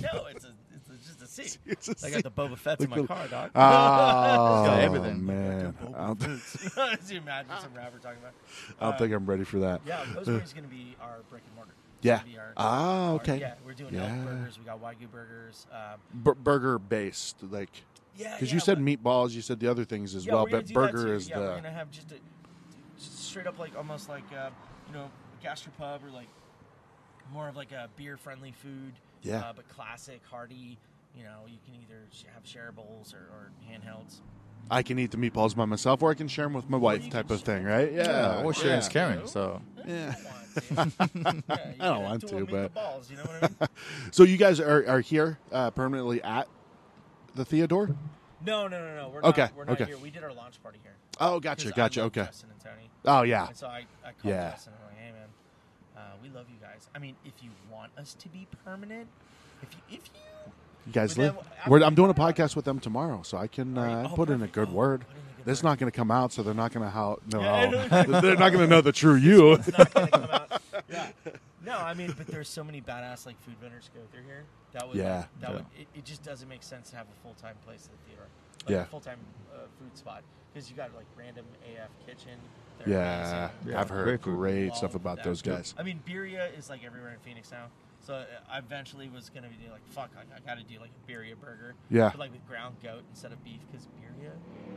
[SPEAKER 2] no, it's a it's a, just a
[SPEAKER 1] (laughs)
[SPEAKER 2] C.
[SPEAKER 1] It's a
[SPEAKER 2] (laughs) I
[SPEAKER 1] C.
[SPEAKER 2] got the Boba Fett's in my
[SPEAKER 1] Look
[SPEAKER 2] car, dog.
[SPEAKER 1] (laughs)
[SPEAKER 2] (laughs)
[SPEAKER 1] Oh
[SPEAKER 3] everything.
[SPEAKER 1] man, I don't, think,
[SPEAKER 2] Can you imagine some rapper talking about?
[SPEAKER 1] I don't think I'm ready for that.
[SPEAKER 2] Uh, Yeah, Rosemary's going to be our brick and mortar. It's
[SPEAKER 1] Yeah.
[SPEAKER 2] gonna be our-
[SPEAKER 1] Ah,
[SPEAKER 2] our-
[SPEAKER 1] okay.
[SPEAKER 2] yeah, we're doing
[SPEAKER 1] Yeah.
[SPEAKER 2] elk burgers. We got wagyu burgers. Um,
[SPEAKER 1] Bur- burger based, like
[SPEAKER 2] yeah,
[SPEAKER 1] because
[SPEAKER 2] Uh, yeah,
[SPEAKER 1] you said
[SPEAKER 2] but-
[SPEAKER 1] meatballs, you said the other things as
[SPEAKER 2] yeah,
[SPEAKER 1] well,
[SPEAKER 2] we're gonna
[SPEAKER 1] but
[SPEAKER 2] do that
[SPEAKER 1] burger
[SPEAKER 2] too.
[SPEAKER 1] is
[SPEAKER 2] yeah, We're
[SPEAKER 1] the
[SPEAKER 2] gonna have just, a, just straight up like almost like uh, you know gastropub or like more of like a beer friendly food.
[SPEAKER 1] Yeah.
[SPEAKER 2] uh, but classic, hearty. You know, you can either sh- have shareables or, or handhelds.
[SPEAKER 1] I can eat the meatballs by myself or I can share them with my wife
[SPEAKER 2] you
[SPEAKER 1] type
[SPEAKER 2] can
[SPEAKER 1] of thing, right? Yeah,
[SPEAKER 3] Yeah, we're sharing is
[SPEAKER 1] yeah.
[SPEAKER 3] caring. So
[SPEAKER 1] Yeah.
[SPEAKER 2] Eh,
[SPEAKER 1] (laughs)
[SPEAKER 2] I don't want to. Yeah, you
[SPEAKER 1] I don't
[SPEAKER 2] gotta
[SPEAKER 1] want
[SPEAKER 2] dual
[SPEAKER 1] to,
[SPEAKER 2] meet the
[SPEAKER 1] but-
[SPEAKER 2] balls, you know what I mean?
[SPEAKER 1] So you guys are, are here uh, permanently at the Theodore?
[SPEAKER 2] No, no, no, no. We're
[SPEAKER 1] Okay,
[SPEAKER 2] Not, we're not
[SPEAKER 1] okay.
[SPEAKER 2] here. We did our launch party here.
[SPEAKER 1] Oh, gotcha,
[SPEAKER 2] 'Cause I
[SPEAKER 1] gotcha.
[SPEAKER 2] love
[SPEAKER 1] Okay.
[SPEAKER 2] Justin and Tony.
[SPEAKER 1] Oh yeah.
[SPEAKER 2] And so I, I called
[SPEAKER 1] Yeah.
[SPEAKER 2] Justin and I'm like, hey man, uh, we love you guys. I mean, if you want us to be permanent, if you, if you (laughs)
[SPEAKER 1] You guys
[SPEAKER 2] But
[SPEAKER 1] live.
[SPEAKER 2] then after
[SPEAKER 1] We're, I'm doing a
[SPEAKER 2] we find out-
[SPEAKER 1] podcast with them tomorrow, so I can
[SPEAKER 2] Are you-
[SPEAKER 1] uh,
[SPEAKER 2] oh,
[SPEAKER 1] put in a
[SPEAKER 2] perfect.
[SPEAKER 1] good
[SPEAKER 2] Oh,
[SPEAKER 1] word.
[SPEAKER 2] put in a good
[SPEAKER 1] This is
[SPEAKER 2] word.
[SPEAKER 1] not going to come out, so they're not going to how no,
[SPEAKER 2] Yeah, I
[SPEAKER 1] (laughs)
[SPEAKER 2] know.
[SPEAKER 1] they're not going to know the
[SPEAKER 2] (laughs)
[SPEAKER 1] true you.
[SPEAKER 2] it's not gonna come out. Yeah. No, I mean, but there's so many badass like food vendors go through here. That would,
[SPEAKER 1] Yeah.
[SPEAKER 2] that
[SPEAKER 3] Yeah.
[SPEAKER 2] would. It, it just doesn't make sense to have a full time place at the theater, like
[SPEAKER 1] Yeah.
[SPEAKER 2] a full time uh, food spot, because you got like random AF kitchen. They're
[SPEAKER 1] yeah,
[SPEAKER 2] amazing.
[SPEAKER 3] Yeah,
[SPEAKER 1] I've heard
[SPEAKER 3] great food.
[SPEAKER 1] great
[SPEAKER 2] Love
[SPEAKER 1] stuff about
[SPEAKER 2] Oh, that.
[SPEAKER 1] those guys.
[SPEAKER 2] I mean, birria is like everywhere in Phoenix now. So uh, I eventually was gonna be like, fuck, I, I gotta do like a birria burger.
[SPEAKER 1] Yeah.
[SPEAKER 2] But like with ground goat instead of beef, because birria,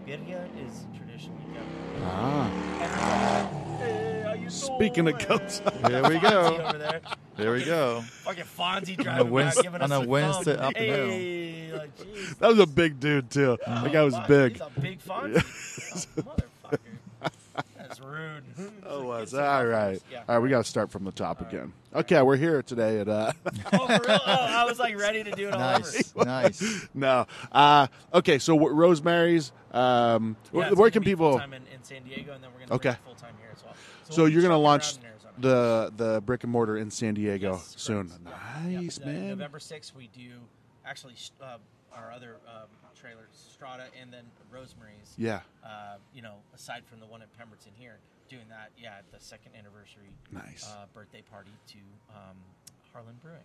[SPEAKER 2] birria is traditionally goat.
[SPEAKER 1] Ah,
[SPEAKER 2] Everybody, hey, how you
[SPEAKER 1] Speaking of
[SPEAKER 2] doing?"
[SPEAKER 1] goats.
[SPEAKER 3] There we
[SPEAKER 2] (laughs)
[SPEAKER 3] go.
[SPEAKER 2] Fonzie over there.
[SPEAKER 3] There
[SPEAKER 2] (laughs)
[SPEAKER 3] we go.
[SPEAKER 2] Fucking Fonzie driving
[SPEAKER 3] Wednes-
[SPEAKER 2] back, giving us
[SPEAKER 3] on a
[SPEAKER 2] the
[SPEAKER 3] Wednesday
[SPEAKER 2] thumb.
[SPEAKER 3] afternoon.
[SPEAKER 2] Hey, like, jeez.
[SPEAKER 1] that was a big dude too. that guy was
[SPEAKER 2] Fuck,
[SPEAKER 1] big.
[SPEAKER 2] He's a big Fonzie. Oh, motherfucker. That's rude.
[SPEAKER 1] (laughs) Oh,
[SPEAKER 2] Get
[SPEAKER 1] was
[SPEAKER 2] some
[SPEAKER 1] all
[SPEAKER 2] reference.
[SPEAKER 1] right.
[SPEAKER 2] Yeah.
[SPEAKER 1] All right, we got to start from the top again. Okay, we're here today at uh, (laughs)
[SPEAKER 2] Oh, for real? Oh, I was like ready to do it all
[SPEAKER 3] Nice,
[SPEAKER 2] over. (laughs)
[SPEAKER 3] nice.
[SPEAKER 1] no. Uh, okay, so wh- Rosemary's. Um, wh-
[SPEAKER 2] Yeah,
[SPEAKER 1] where
[SPEAKER 2] it's gonna
[SPEAKER 1] can
[SPEAKER 2] be
[SPEAKER 1] people?
[SPEAKER 2] full-time in, in San Diego, and then we're gonna
[SPEAKER 1] Okay.
[SPEAKER 2] full time here as well.
[SPEAKER 1] So
[SPEAKER 2] we'll be
[SPEAKER 1] you're gonna
[SPEAKER 2] shopping
[SPEAKER 1] launch
[SPEAKER 2] around in Arizona.
[SPEAKER 1] the the brick and mortar in San Diego
[SPEAKER 2] Yes, correct.
[SPEAKER 1] soon.
[SPEAKER 2] Yeah, yeah.
[SPEAKER 1] Nice
[SPEAKER 2] The
[SPEAKER 1] man.
[SPEAKER 2] November sixth, we do actually uh, our other um, trailers, Strata, and then Rosemary's.
[SPEAKER 1] Yeah.
[SPEAKER 2] uh, you know, aside from the one at Pemberton here, doing that, yeah, at the second anniversary
[SPEAKER 1] Nice.
[SPEAKER 2] uh, birthday party to um, Harlan Brewing.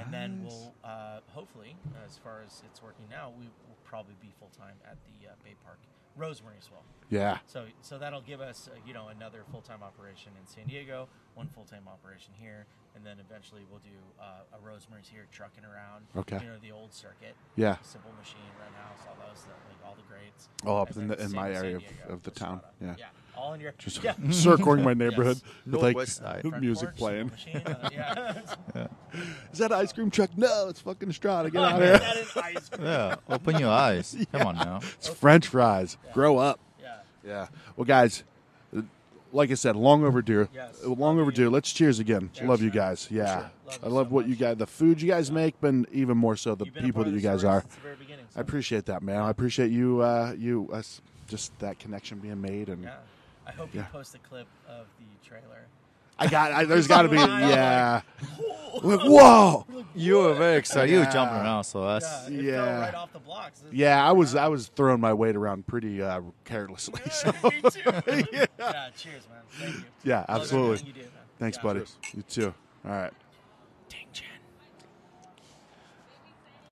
[SPEAKER 2] And then
[SPEAKER 1] Nice.
[SPEAKER 2] we'll uh, hopefully, as far as it's working now, we will probably be full time at the uh, Bay Park Rosemary as well.
[SPEAKER 1] Yeah.
[SPEAKER 2] So, so that'll give us, uh, you know, another full time operation in San Diego, one full time operation here, and then eventually we'll do uh, a Rosemary's here, trucking around.
[SPEAKER 1] Okay.
[SPEAKER 2] You know, the old circuit.
[SPEAKER 1] Yeah.
[SPEAKER 2] Simple Machine, Red House, all those, uh, like all the greats.
[SPEAKER 1] Oh, up
[SPEAKER 2] And
[SPEAKER 1] in
[SPEAKER 2] then
[SPEAKER 1] the- in
[SPEAKER 2] same
[SPEAKER 1] my
[SPEAKER 2] San
[SPEAKER 1] area of-
[SPEAKER 2] Diego,
[SPEAKER 1] of the
[SPEAKER 2] Rosada.
[SPEAKER 1] town, yeah.
[SPEAKER 2] Yeah. All in your
[SPEAKER 1] Just (laughs)
[SPEAKER 2] yeah.
[SPEAKER 1] circling
[SPEAKER 2] (laughs)
[SPEAKER 1] my neighborhood with like
[SPEAKER 3] Northwest side.
[SPEAKER 1] hoop
[SPEAKER 2] Front
[SPEAKER 1] music
[SPEAKER 2] porch, Simple
[SPEAKER 1] playing.
[SPEAKER 2] Machine, uh, yeah.
[SPEAKER 1] Is that an ice cream truck? No, it's fucking Strata. (laughs) Get out of
[SPEAKER 2] Is
[SPEAKER 1] here.
[SPEAKER 2] (laughs) that an ice cream?
[SPEAKER 3] Yeah, open your eyes. Come on now.
[SPEAKER 1] It's French fries. Grow up.
[SPEAKER 2] Yeah.
[SPEAKER 1] Yeah. Well, guys, like I said, long overdue.
[SPEAKER 2] Yes. Love
[SPEAKER 1] Long
[SPEAKER 2] you.
[SPEAKER 1] overdue. Let's cheers again.
[SPEAKER 2] Cheers,
[SPEAKER 1] love you
[SPEAKER 2] man.
[SPEAKER 1] guys. Yeah.
[SPEAKER 2] sure. Love
[SPEAKER 1] I
[SPEAKER 2] you
[SPEAKER 1] love
[SPEAKER 2] so
[SPEAKER 1] what you
[SPEAKER 2] much.
[SPEAKER 1] guys, the food you guys make, but even more so the
[SPEAKER 2] You've been a
[SPEAKER 1] people
[SPEAKER 2] part
[SPEAKER 1] that
[SPEAKER 2] of
[SPEAKER 1] you
[SPEAKER 2] the
[SPEAKER 1] guys
[SPEAKER 2] story
[SPEAKER 1] are.
[SPEAKER 2] since the very beginning, so-
[SPEAKER 1] I appreciate that, man. I appreciate you, uh, you, us, just that connection being made, and
[SPEAKER 2] Yeah. I hope
[SPEAKER 1] Yeah.
[SPEAKER 2] you post a clip of the trailer.
[SPEAKER 1] I got. I, there's
[SPEAKER 2] (laughs)
[SPEAKER 1] got to be, yeah. Like, whoa,
[SPEAKER 3] You were very excited. You were jumping
[SPEAKER 1] Yeah.
[SPEAKER 3] around, so
[SPEAKER 2] Yeah,
[SPEAKER 3] that's
[SPEAKER 2] it
[SPEAKER 1] Yeah.
[SPEAKER 2] fell right off the blocks. This-
[SPEAKER 1] yeah. I was, I was throwing my weight around pretty uh, carelessly. (laughs) So,
[SPEAKER 2] Me too.
[SPEAKER 1] (laughs)
[SPEAKER 2] yeah. Cheers, man. Thank you.
[SPEAKER 1] yeah,
[SPEAKER 2] Love
[SPEAKER 1] absolutely.
[SPEAKER 2] everything you do, man.
[SPEAKER 1] Thanks,
[SPEAKER 2] Yeah.
[SPEAKER 1] buddy. You too. All right.